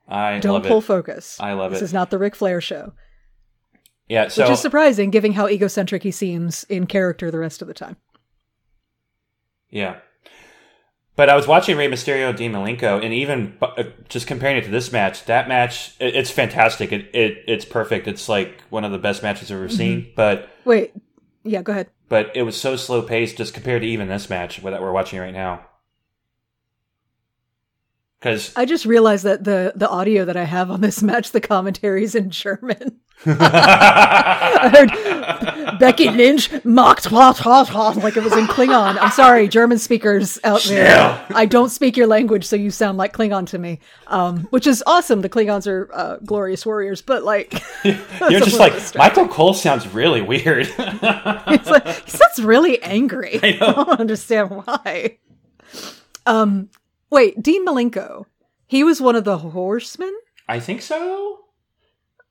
I
Don't
love
pull
it.
focus.
I love
this
it.
is not the Ric Flair show,
yeah, so
which is surprising, given how egocentric he seems in character the rest of the time.
Yeah. But I was watching Rey Mysterio and Dean Malenko, and even uh, just comparing it to this match, that match, it, it's fantastic. It, it It's perfect. It's like one of the best matches I've
Mm-hmm.
ever seen. But
Wait, yeah, go ahead.
but it was so slow paced just compared to even this match that we're watching right now. Because
I just realized that the the audio that I have on this match, the commentaries in German. I heard Becky Lynch mocked hot hot hot like it was in Klingon. I'm sorry, German speakers out there.
Yeah.
I don't speak your language, so you sound like Klingon to me, um, which is awesome. The Klingons are uh, glorious warriors, but like,
you're just
little
like,
distracting.
Michael Cole sounds really weird.
it's like he sounds really angry. I,
know.
don't understand why. Um, wait, Dean Malenko, he was one of the horsemen.
I think so.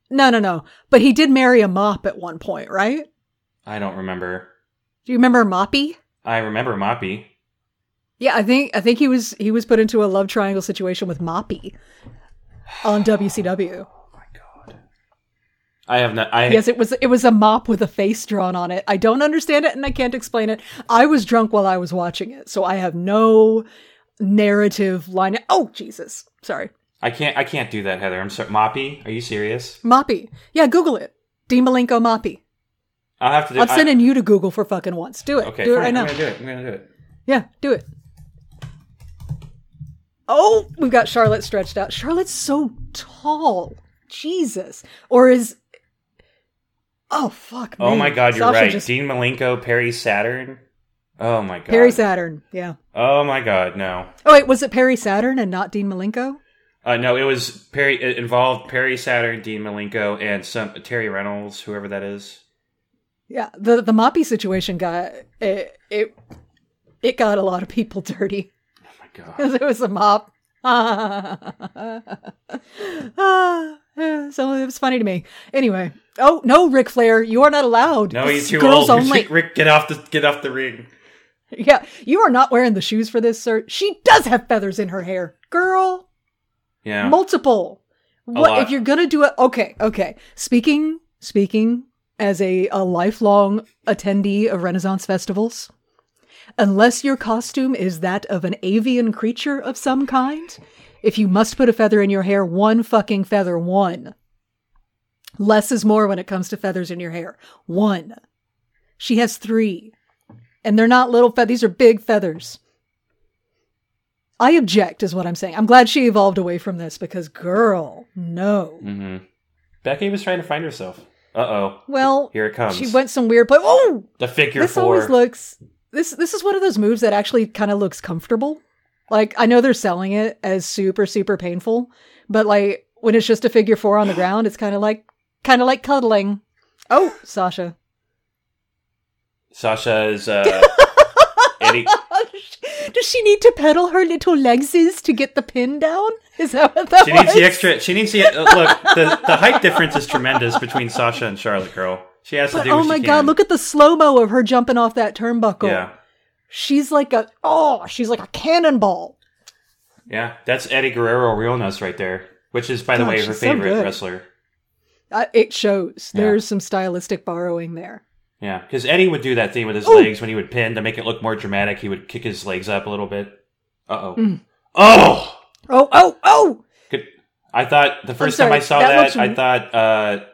No, no, no. But he did marry a mop at one point, right?
I don't remember.
Do you remember Moppy?
I remember Moppy.
Yeah, I think I think he was he was put into a love triangle situation with Moppy on WCW.
I have not. I,
Yes, it was it was a mop with a face drawn on it. I don't understand it and I can't explain it. I was drunk while I was watching it, so I have no narrative line. Oh Jesus, sorry,
I can't. I can't do that, Heather. I'm sorry. Moppy, are you serious?
Moppy. Yeah, Google it. Dean Malenko Moppy.
I'll have to. Do,
I'm
I-
sending you to Google for fucking once. Do it.
Okay,
do it
fine,
right now.
I'm gonna do it. I'm gonna do it.
Yeah, do it. Oh, we've got Charlotte stretched out. Charlotte's so tall. Jesus. Or is. Oh, fuck.
Oh
me.
my God, you're
Sasha
right.
just-
Dean Malenko, Perry Saturn. Oh my God.
Perry Saturn. Yeah.
Oh my God, no.
Oh, wait, was it Perry Saturn and not Dean Malenko?
Uh, no, it was Perry. It involved Perry Saturn, Dean Malenko, and some Terry Reynolds, whoever that is.
Yeah. The the Moppy situation got. It, it, it got a lot of people dirty
Oh my God.
because it was a mop. Ah, eh, so it was funny to me. Anyway. Oh, no, Ric Flair, you are not allowed.
No,
This
he's
is
too
girls
old.
Only.
Rick, get off the get off the ring.
Yeah, you are not wearing the shoes for this, sir. She does have feathers in her hair, girl.
Yeah.
Multiple. What
lot.
if you're gonna do it? Okay, okay. Speaking, speaking as a a lifelong attendee of Renaissance festivals, unless your costume is that of an avian creature of some kind, if you must put a feather in your hair, one fucking feather, one. Less is more when it comes to feathers in your hair. One. She has three. And they're not little feathers, these are big feathers. I object, is what I'm saying. I'm glad she evolved away from this because, girl, no.
Mm-hmm. Becky was trying to find herself. Uh oh.
Well,
Here it comes.
she went some weird place. Oh,
the figure
this
four.
always looks this this is one of those moves that actually kind of looks comfortable like i know they're selling it as super super painful but like when it's just a figure four on the ground it's kind of like kind of like cuddling oh sasha
Sasha is uh, Eddie.
Oh, does she need to pedal her little legses to get the pin down is that what that
She
was
needs the extra. She needs the uh, look. The, the height difference is tremendous between Sasha and Charlotte Girl. She has to
but
do. What
oh my
she
god
can.
look at the slow-mo of her jumping off that turnbuckle
Yeah,
she's like a oh she's like a cannonball
yeah. That's Eddie Guerrero realness right there, which is, by the
God,
way, her
she's so
favorite
good.
wrestler.
uh, it shows
Yeah.
there's some stylistic borrowing there
Yeah, because Eddie would do that thing with his
Ooh.
legs when he would pin to make it look more dramatic. He would kick his legs up a little bit. Uh oh.
Mm.
Oh,
oh oh oh
Good. I thought the first
sorry,
time I saw
that
that,
looks-
I thought uh,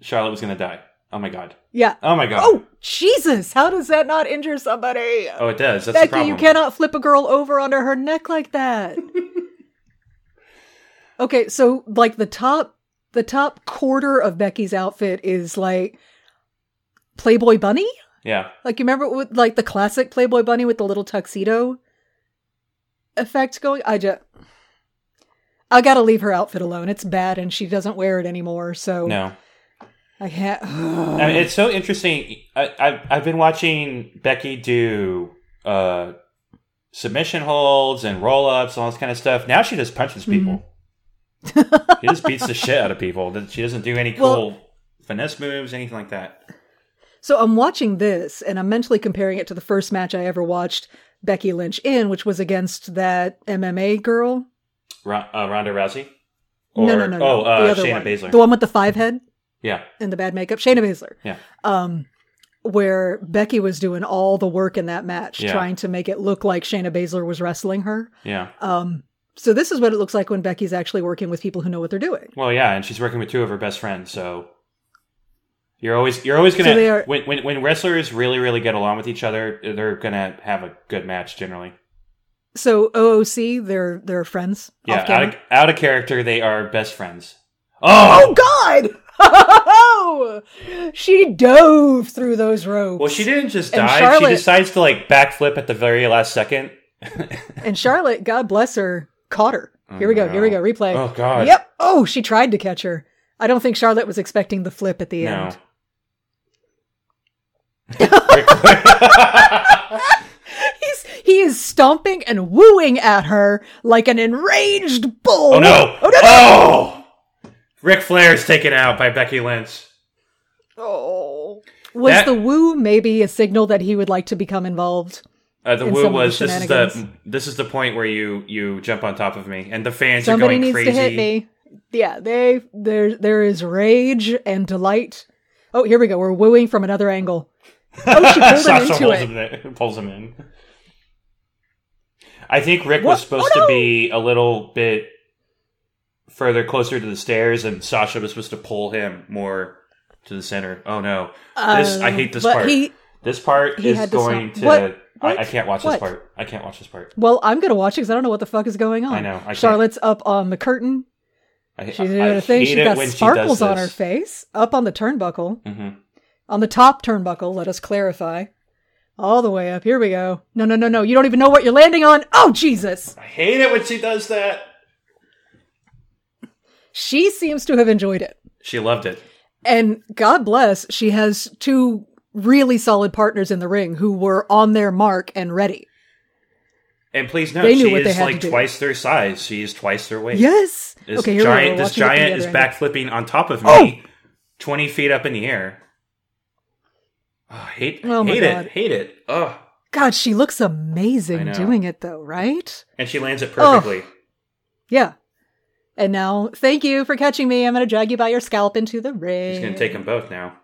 Charlotte was going to die. Oh my god.
Yeah.
Oh my god. Oh,
Oh, Jesus. How does that not injure somebody?
it does. Oh, That's the
Becca,
problem.
you cannot flip a girl over under her neck like that. okay, so like the top the top quarter of Becky's outfit is like Playboy bunny?
Yeah.
Like you remember with like the classic Playboy bunny with the little tuxedo effect going? I just I gotta leave her outfit alone. It's bad and she doesn't wear it anymore, so
No.
I can't
I mean, it's so interesting. I, I've I've been watching Becky do uh, submission holds and roll ups and all this kind of stuff. Now she just punches
Mm-hmm.
people. she just beats the shit out of people. That- She doesn't do any cool finesse moves, anything like that.
So I'm watching this and I'm mentally comparing it to the first match I ever watched Becky Lynch in, which was against that MMA girl.
Ron, uh, Ronda Rousey.
no, no, no, no.
Oh, uh,
the other
Shayna
one.
Baszler.
The one with the five head
yeah,
and the bad makeup. Shayna Baszler.
yeah,
Um, where Becky was doing all the work in that match,
Yeah.
trying to make it look like Shayna Baszler was wrestling her.
yeah.
Um, so this is what it looks like when Becky's actually working with people who know what they're doing.
Well, yeah, and she's working with two of her best friends, so you're always you're always gonna
they are-
when, when when wrestlers really really get along with each other, they're gonna have a good match generally.
So OOC, they're they're friends.
Yeah,
off
out
camera.
of, out of character, they are best friends. Oh,
Oh God! she dove through those ropes.
well, she didn't just
And
die.
Charlotte-
She decides to like backflip at the very last second.
And Charlotte, God bless her, caught her. Here we go. Here we go. Replay.
Oh God!
Yep. Oh, she tried to catch her. I don't think Charlotte was expecting the flip at the
No.
end. Oh, He's he is stomping and wooing at her like an enraged bull.
oh no!
Oh no! no.
Oh! Ric Flair is taken out by Becky Lynch.
Oh. Was
That-
the woo maybe a signal that he would like to become involved?
Uh, the
In
woo
some of the
was this is the
shenanigans.
this is the point where you you jump on top of me and the fans are
Somebody
going
needs
crazy.
to hit me. Yeah, they there there is rage and delight. Oh, here we go. We're wooing from another angle. Oh, she pulled him
Sasha
into
pulls
it.
him, in, pulls him in. I think Rick
What?
was supposed to
Oh, no!
be a little bit further closer to the stairs, and Sasha was supposed to pull him more to the center. Oh no! This I
Um,
hate this
but
part.
he-
this part
he
is
had to
going
stop-
to.
What?
I, I
What?
can't watch
What?
this part. I can't watch this part.
Well, I'm gonna watch it because I don't know what the fuck is going on.
I know, I can't.
Charlotte's up on the curtain.
I,
She's doing
I,
her
I
thing.
hate
She's
it
got
when
sparkles
she does
on her
this.
face, up on the turnbuckle,
hmm
on the top turnbuckle. Let us clarify. All the way up. Here we go. No, no, no, no. You don't even know what you're landing on. Oh Jesus!
I hate it when she does that.
She seems to have enjoyed it,
She loved it.
and God bless. She has two really solid partners in the ring who were on their mark and ready.
And please note,
They knew
she
what they
is
had to
like
do.
twice their size. She is twice their weight.
Yes.
This
okay. Here
giant,
we go. We're
this
watching it from the
giant
other
is
angle.
backflipping on top of
Oh!
me, twenty feet up in the air. Oh, I hate,
Oh my
hate
God.
it, hate it. Oh,
God, she looks
I
amazing
know.
doing it though, right?
and she lands it perfectly.
Yeah. And now, thank you for catching me. I'm going to drag you by your scalp into the ring.
She's gonna take them both now.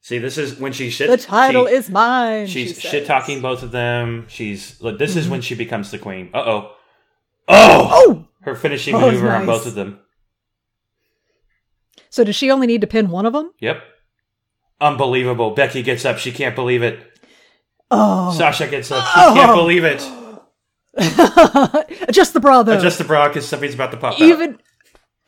See, this is when she shit.
The title
she-
is mine.
She's
she says. Mm-hmm.
shit talking both of them. She's look, this is when she becomes the queen. Uh oh. Oh,
Oh!
her finishing
Oh,
maneuver
nice.
on both of them.
So does she only need to pin one of them?
Yep. Unbelievable. Becky gets up. She can't believe it.
Oh.
Sasha gets up. She can't
Oh.
believe it.
Just the bra, though.
Adjust the bra because something's about to pop out.
Even.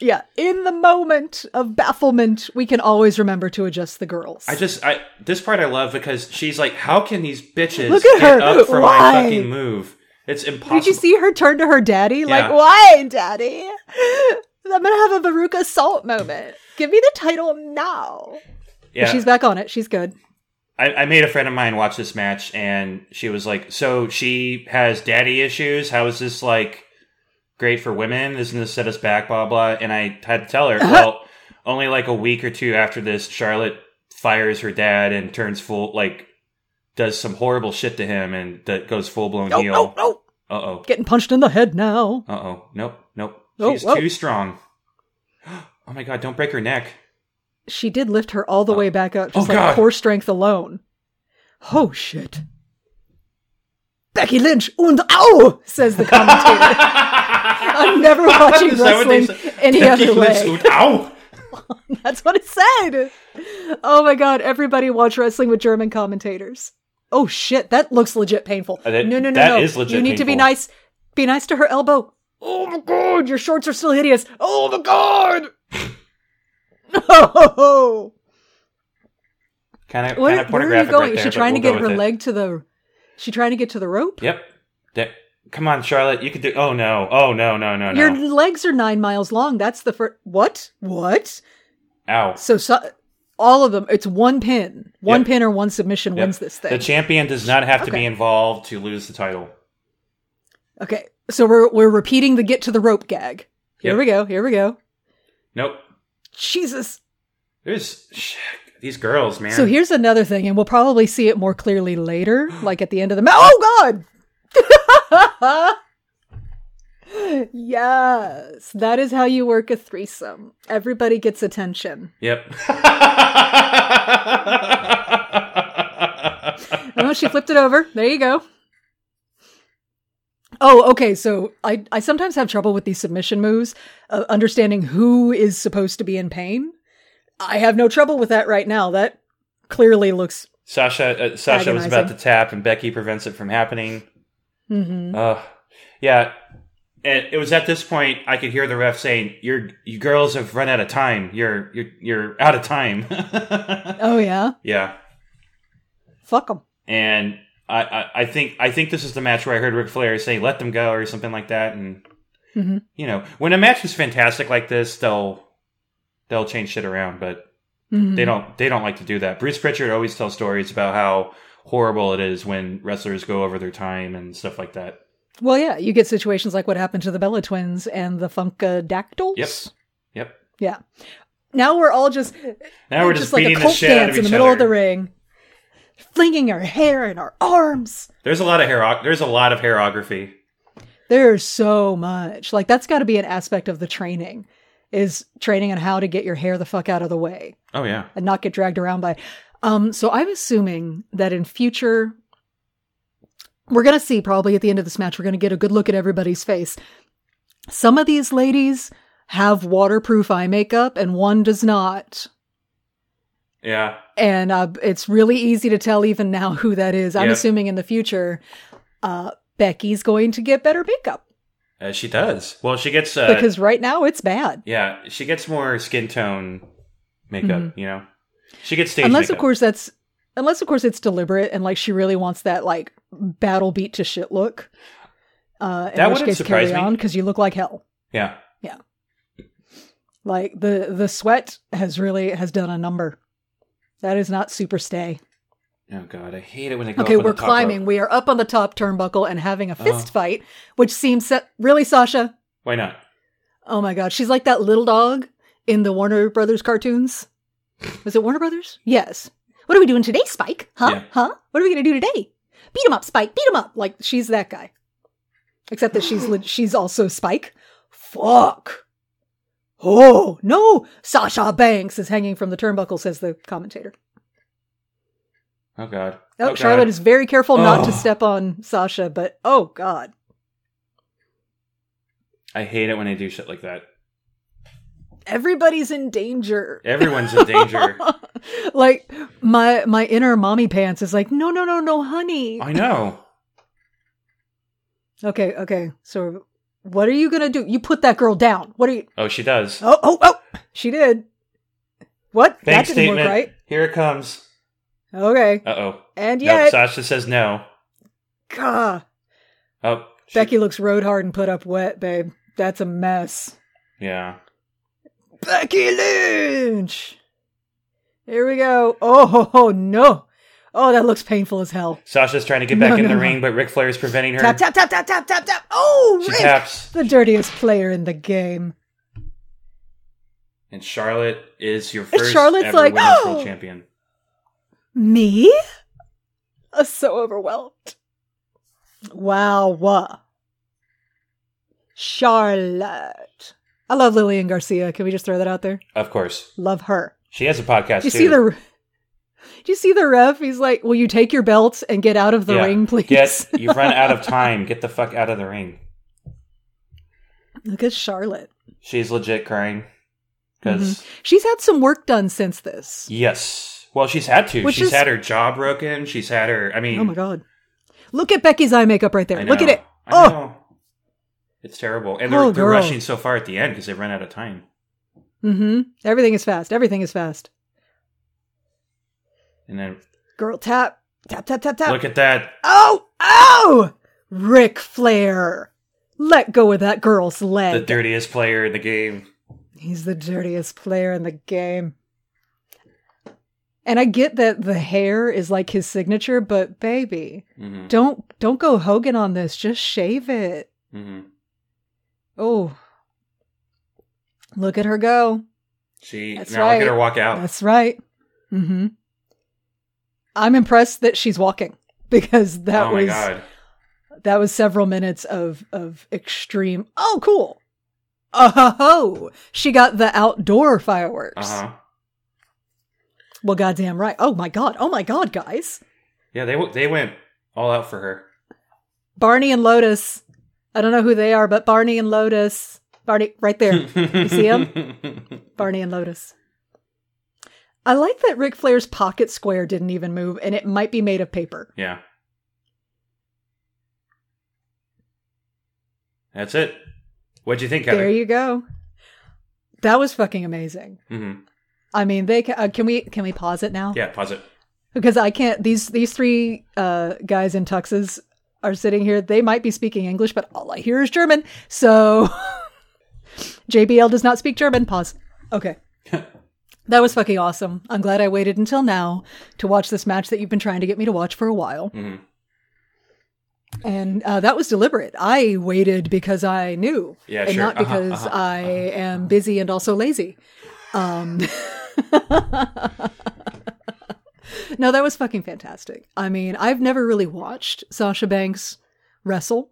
Yeah, in the moment of bafflement, we can always remember to adjust the girls.
I just I this part I love because she's like, how can these bitches
Look at
get
her.
up for
Why?
my fucking move? It's impossible.
Did you see her turn to her daddy? Like,
Yeah.
why, daddy? I'm going to have a Veruca Salt moment. Give me the title now. But
Yeah,
She's back on it. She's good.
I, I made a friend of mine watch this match, and she was like, "So she has daddy issues. How is this like great for women? Isn't this set us back? Blah blah." And I had to tell her,
Uh-huh.
well, only like a week or two after this, Charlotte fires her dad and turns full like does some horrible shit to him and that goes full blown
Oh,
heel.
oh, oh.
Uh oh.
getting punched in the head now.
Uh oh. Nope. Nope.
Oh,
She's
whoa.
too strong. Oh my god, don't break her neck.
She did lift her all the way back up, just
Oh,
like
God.
core strength alone. Oh shit. Becky Lynch und ow says the commentator. I'm never watching
Is that what they
wrestling
say?
any
Becky
other
Lynch,
way.
ow!
That's what it said. Oh my god, everybody watch wrestling with German commentators. Oh shit, that looks legit painful.
Uh, that-
no, no, no,
that
no.
is legit
You need to be
painful.
nice. Be nice to her elbow. Oh my god, your shorts are still hideous. Oh my god. Oh,
Kind of,
where,
kind of
where are you
pornographic
going?
right
is
there.
she
but
trying
we'll
to
go
get her
with it.
leg to the? Is she trying to get to the rope?
Yep. That, come on, Charlotte. You could do. Oh no. Oh no. No. No. No.
Your legs are nine miles long. That's the first. What? What?
Ow.
So, so all of them. It's one pin. One
Yep.
pin or one submission
Yep.
wins this
The
thing.
champion does not have to
Okay.
be involved to lose the title.
okay. So we're we're repeating the get to the rope gag. Here
Yep.
we go. Here we go.
Nope.
Jesus.
There's sh- these girls, man.
So here's another thing, and we'll probably see it more clearly later, like at the end of the match. Oh God. yes, that is how you work a threesome. Everybody gets attention.
Yep.
Oh, she flipped it over. There you go. Oh, okay. So I, I sometimes have trouble with these submission moves, uh, understanding who is supposed to be in pain. I have no trouble with that right now. That clearly looks.
Sasha uh, Sasha was about
Agonizing.
to tap, and Becky prevents it from happening.
hmm
Ugh. yeah. And it was at this point I could hear the ref saying, "You're you girls have run out of time. You're you're you're out of time."
Oh yeah,
yeah.
fuck them.
And I, I I think I think this is the match where I heard Ric Flair say, "Let them go" or something like that. And
Mhm.
you know, when a match is fantastic like this, they'll they'll change shit around, but
Mm-hmm.
they don't they don't like to do that. Bruce Pritchard always tells stories about how horrible it is when wrestlers go over their time and stuff like that.
Well, yeah, you get situations like what happened to the Bella twins and the Funkadactyls.
Yep. Yep.
Yeah. Now we're all just
Now we're just,
just like
beating
a
the
cult
shit out
dance
of
in
each
the middle
other.
of the ring, flinging our hair and our arms.
There's a lot of hair. There's a lot of hairography.
There's so much. Like that's got to be an aspect of the training is training on how to get your hair the fuck out of the way
Oh yeah.
and not get dragged around by. Um so I'm assuming that in future we're going to see probably at the end of this match we're going to get a good look at everybody's face. Some of these ladies have waterproof eye makeup and one does not.
Yeah.
And uh, it's really easy to tell even now who that is. I'm
Yep.
assuming in the future uh Becky's going to get better makeup
Uh, she does. Well, she gets. Uh,
because right now it's bad.
yeah, she gets more skin tone makeup. You know, she gets stage
Mm-hmm. unless
makeup.
of course that's unless of course it's deliberate and like she really wants that like battle beat to shit look uh in
That
which
wouldn't
case
surprise
carry
me.
on because you look like hell
Yeah.
like the the sweat has really has done a number that is not superstay
Oh god, I hate it when they go.
okay
up on
we're
the top
climbing
rope.
we are up on the top turnbuckle and having a
Oh.
fist fight which seems se- really sasha
Why not?
oh my god she's like that little dog in the warner brothers cartoons was it warner brothers yes what are we doing today spike huh
Yeah.
huh what are we gonna do today beat him up spike beat him up like she's that guy except that she's leg- she's also spike fuck oh no sasha banks is hanging from the turnbuckle says the commentator
Oh god.
oh,
God.
charlotte is very careful not to
Ugh.
step on sasha but oh god
I hate it when they do shit like that.
everybody's in danger
Everyone's in danger.
like my my inner mommy pants is like no no no no honey
I know.
okay okay so what are you gonna do you put that girl down what are you
Oh, she does.
oh oh oh she did what
Bank
that didn't
statement.
work right
Here it comes.
okay
Uh oh.
and
Nope.
yet
Sasha says no.
gah,
Oh. she-
becky looks road hard and put up wet babe that's a mess
Yeah.
becky lynch here we go oh ho, ho, no oh that looks painful as hell
Sasha's trying to get
No,
back in
no,
the
no.
ring, but Ric Flair is preventing her.
tap tap tap tap tap tap tap oh
she
Rick!
taps,
the dirtiest player in the game
and Charlotte is your
And
first
Charlotte's
ever
like,
women's
"Oh!"
world champion.
Me? I'm Uh, so overwhelmed. Wow, what? Charlotte. I love Lillian Garcia. Can we just throw that out there?
Of course,
Love her.
she has a podcast.
Do you
too.
see the Do you see the ref? He's like, "Will you take your belt and get out of the
Yeah.
ring, please?"
Get you've run out of time. Get the fuck out of the ring.
Look at Charlotte.
She's legit crying.
Mm-hmm.
Because
She's had some work done since this.
yes, well, she's had to.
Which
she's
is-
had her jaw broken. She's had her. I mean,
Oh my god. Look at Becky's eye makeup right there.
I
Look at
know.
it.
I
Oh.
know. It's terrible, and they're,
Oh,
they're
girl.
rushing so far at the end because they've run out of time.
Mhm. Everything is fast. Everything is fast.
And then
Girl tap. Tap tap tap tap.
look at that.
Oh, oh! Ric Flair. Let go of that girl's
The
leg.
dirtiest player in the game.
He's the dirtiest player in the game. And I get that the hair is like his signature, but baby,
hmm
don't don't go Hogan on this. Just shave it.
hmm
Oh. Look at her go.
She
That's
now look
right.
at her walk out.
That's right. Mm-hmm. I'm impressed that she's walking because that
oh my
was
god!
that was several minutes of of extreme oh cool oh ho, ho. she got the outdoor
Uh
fireworks
huh.
well goddamn right oh my god oh my god guys
Yeah, they w- they went all out for her.
barney and lotus i don't know who they are but barney and lotus barney right there
you
see barney and lotus i like that Ric flair's pocket square didn't even move and it might be made of paper
Yeah. That's it. What'd you think, Heather?
there you go that was fucking amazing
Mhm.
i mean they ca- uh, can we can we pause it now
Yeah, pause it.
because I can't. These these three uh, guys in tuxes are sitting here. They might be speaking English, but all I hear is German. So JBL does not speak German. Pause. Okay. That was fucking awesome. I'm glad I waited until now to watch this match that you've been trying to get me to watch for a while.
Mhm.
And uh, that was deliberate. I waited because I knew,
Yeah,
and
sure.
not
Uh-huh,
because
uh-huh,
I am busy and also lazy. Um, no, that was fucking fantastic. I mean, I've never really watched Sasha Banks wrestle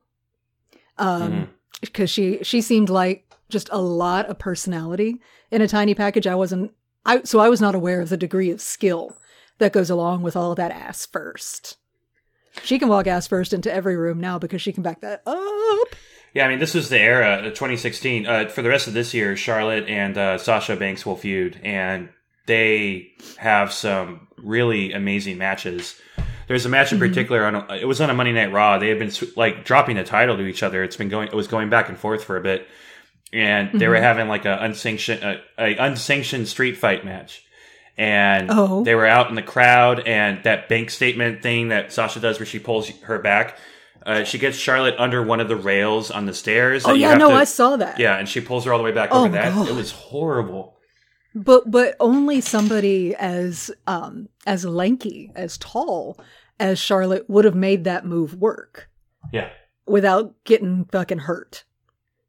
because
Mm-hmm.
she she seemed like just a lot of personality in a tiny package. I wasn't, I so I was not aware of the degree of skill that goes along with all that ass first. She can walk ass first into every room now because she can back that up.
Yeah, I mean, this is the era, uh, 2016. Uh, for the rest of this year, Charlotte and uh, Sasha Banks will feud, and they have some really amazing matches. There's a match in particular on a, it was on a Monday Night Raw. They had been sw- like dropping the title to each other. It's been going it was going back and forth for a bit, and they were having like a unsanctioned a, a unsanctioned street fight match. And
Oh.
they were out in the crowd, and that bank statement thing that Sasha does, where she pulls her back, uh, she gets Charlotte under one of the rails on the stairs.
Oh
that you
yeah,
have
no,
to-
I saw that.
yeah, and she pulls her all the way back
Oh
over
my
that.
God.
It was horrible.
But but only somebody as um as lanky, as tall as Charlotte would have made that move work
Yeah,
without getting fucking hurt.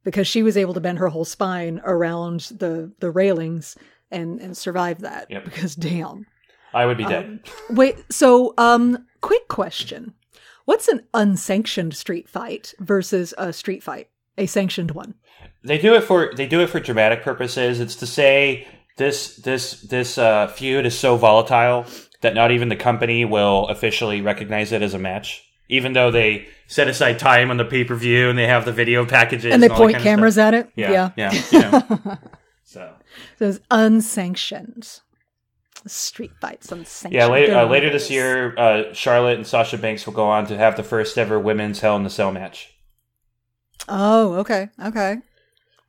Because she was able to bend her whole spine around the the railings and and survive that.
Yep.
Because damn.
I would be
Um,
dead.
Wait, so um quick question. What's an unsanctioned street fight versus a street fight? A sanctioned one.
They do it for they do it for dramatic purposes. It's to say this this this uh, feud is so volatile that not even the company will officially recognize it as a match, even though they set aside time on the pay per view and they have the video packages
And they
all that
point
kind of
cameras
stuff.
at it.
Yeah, yeah, you know. so.
So it's unsanctioned. Street fights unsanctioned.
Yeah, later, uh,
Goodness.
later this year, uh, Charlotte and Sasha Banks will go on to have the first ever women's Hell in a Cell match.
Oh, okay, okay.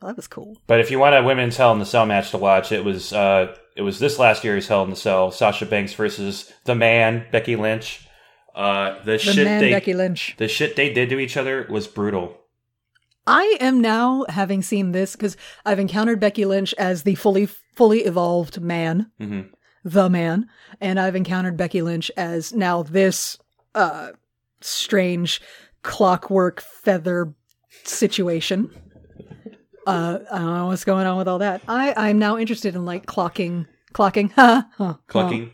Well, that was cool.
But if you want a women's Hell in a Cell match to watch, it was uh, it was this last year's Hell in a Cell: Sasha Banks versus the Man Becky Lynch. Uh, the,
The
shit
man,
they
Becky Lynch.
the shit they did to each other was brutal.
I am now having seen this because I've encountered Becky Lynch as the fully fully evolved man,
hmm
the man, and I've encountered Becky Lynch as now this uh strange clockwork feather situation. Uh, I don't know what's going on with all that. I I'm now interested in like clocking, clocking, huh? huh, huh.
Clucking.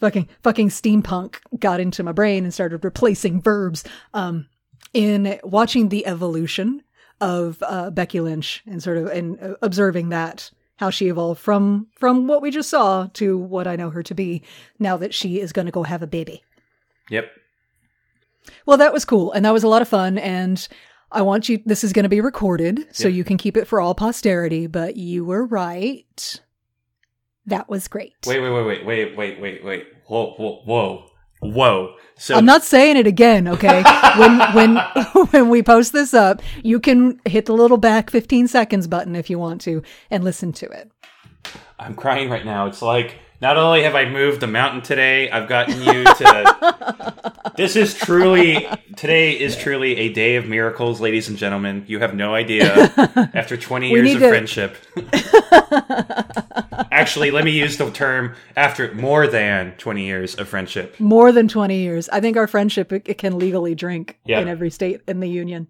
fucking fucking steampunk got into my brain and started replacing verbs um in watching the evolution of uh, Becky Lynch and sort of and uh, observing that how she evolved from from what we just saw to what I know her to be now that she is going to go have a baby.
Yep.
Well, that was cool and that was a lot of fun and I want you this is going to be recorded so
Yeah.
you can keep it for all posterity, but you were right. That was great.
Wait, wait, wait, wait, wait, wait, wait, wait. Whoa, whoa, whoa, whoa. So
I'm not saying it again, okay? when when when we post this up, you can hit the little back 15 seconds button if you want to and listen to it.
I'm crying right now. It's like not only have I moved the mountain today, I've gotten you to. this is truly today is truly a day of miracles, ladies and gentlemen. You have no idea. After 20 years
need
of
to-
friendship, actually, let me use the term after more than 20 years of friendship.
More than 20 years. I think our friendship it, it can legally drink
Yeah.
in every state in the union.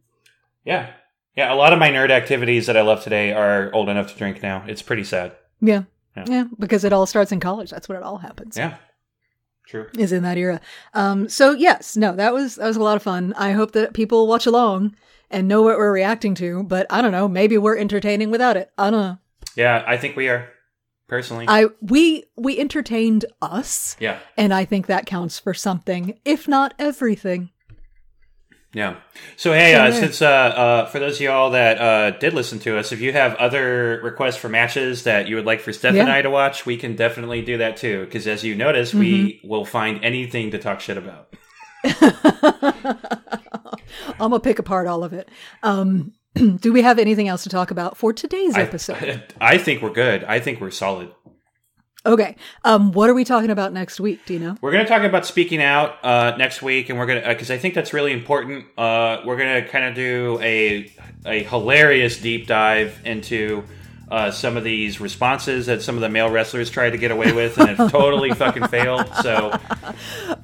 Yeah, yeah. A lot of my nerd activities that I love today are old enough to drink now. It's pretty sad.
Yeah.
Yeah.
Yeah, because it all starts in college. That's when it all happens.
Yeah, true.
Is in that era. Um so yes, no, that was that was a lot of fun. I hope that people watch along and know what we're reacting to, but I don't know, maybe we're entertaining without it. I don't know.
Yeah, I think we are personally.
I we we entertained us,
yeah.
and I think that counts for something, if not everything.
Yeah. So hey, uh,
Sure.
since uh, uh, for those of y'all that uh, did listen to us, if you have other requests for matches that you would like for Steph and
Yeah.
I to watch, we can definitely do that too. Because as you notice, we
Mm-hmm.
will find anything to talk shit about.
I'm gonna pick apart all of it. Um, do we have anything else to talk about for today's episode?
I think we're good. I think we're solid.
Okay. Um, what are we talking about next week? Do you know?
We're going to talk about speaking out uh, next week, and we're going to because I think that's really important. Uh, we're going to kind of do a a hilarious deep dive into uh, some of these responses that some of the male wrestlers tried to get away with and have totally fucking failed. So,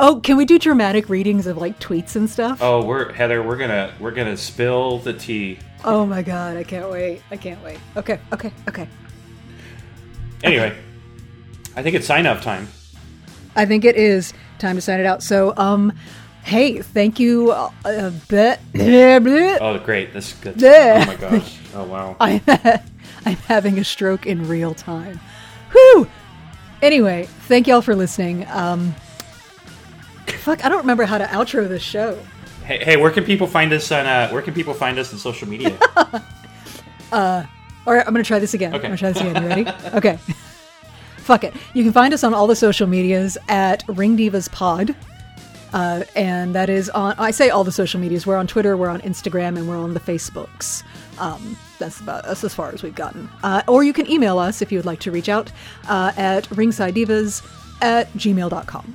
Oh, can we do dramatic readings of like tweets and stuff? Oh,
oh, we're Heather, we're gonna we're gonna spill the tea.
Oh my god, I can't wait! I can't wait. Okay, okay, okay.
Anyway, I think it's sign up time.
I think it is time to sign it out. So, um, hey, thank you. Uh, uh, bleh, bleh, bleh.
Oh, great! This good.
Yeah.
Oh my gosh! Oh wow!
I'm, I'm having a stroke in real time. Whew! Anyway, thank y'all for listening. Um, fuck, I don't remember how to outro this show.
Hey, hey, where can people find us on? Uh, where can people find us on social media?
All right, I'm going to try this again.
Okay.
I'm going to try this again. You ready? okay. Fuck it. You can find us on all the social medias at Ring Divas Pod. Uh, and that is on, I say all the social medias. We're on Twitter, we're on Instagram, and we're on the Facebooks. Um, that's about us as far as we've gotten. Uh, or you can email us if you would like to reach out uh, at ringsidedivas at gmail.com.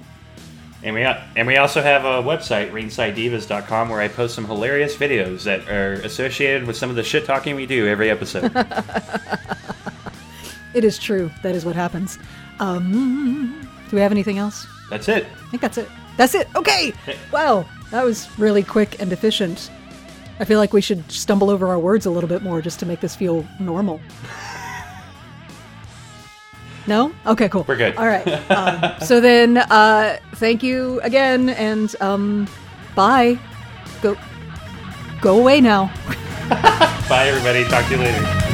And we and we also have a website, ringsidedivas.com, where I post some hilarious videos that are associated with some of the shit talking we do every episode.
It is true. That is what happens. Um, do we have anything else?
That's it.
I think that's it. That's it. Okay. Wow. That was really quick and efficient. I feel like we should stumble over our words a little bit more just to make this feel normal. No? Okay, cool.
We're good.
All right. Um, so then, uh, thank you again, and um, bye. Go, go away now.
Bye, everybody. Talk to you later.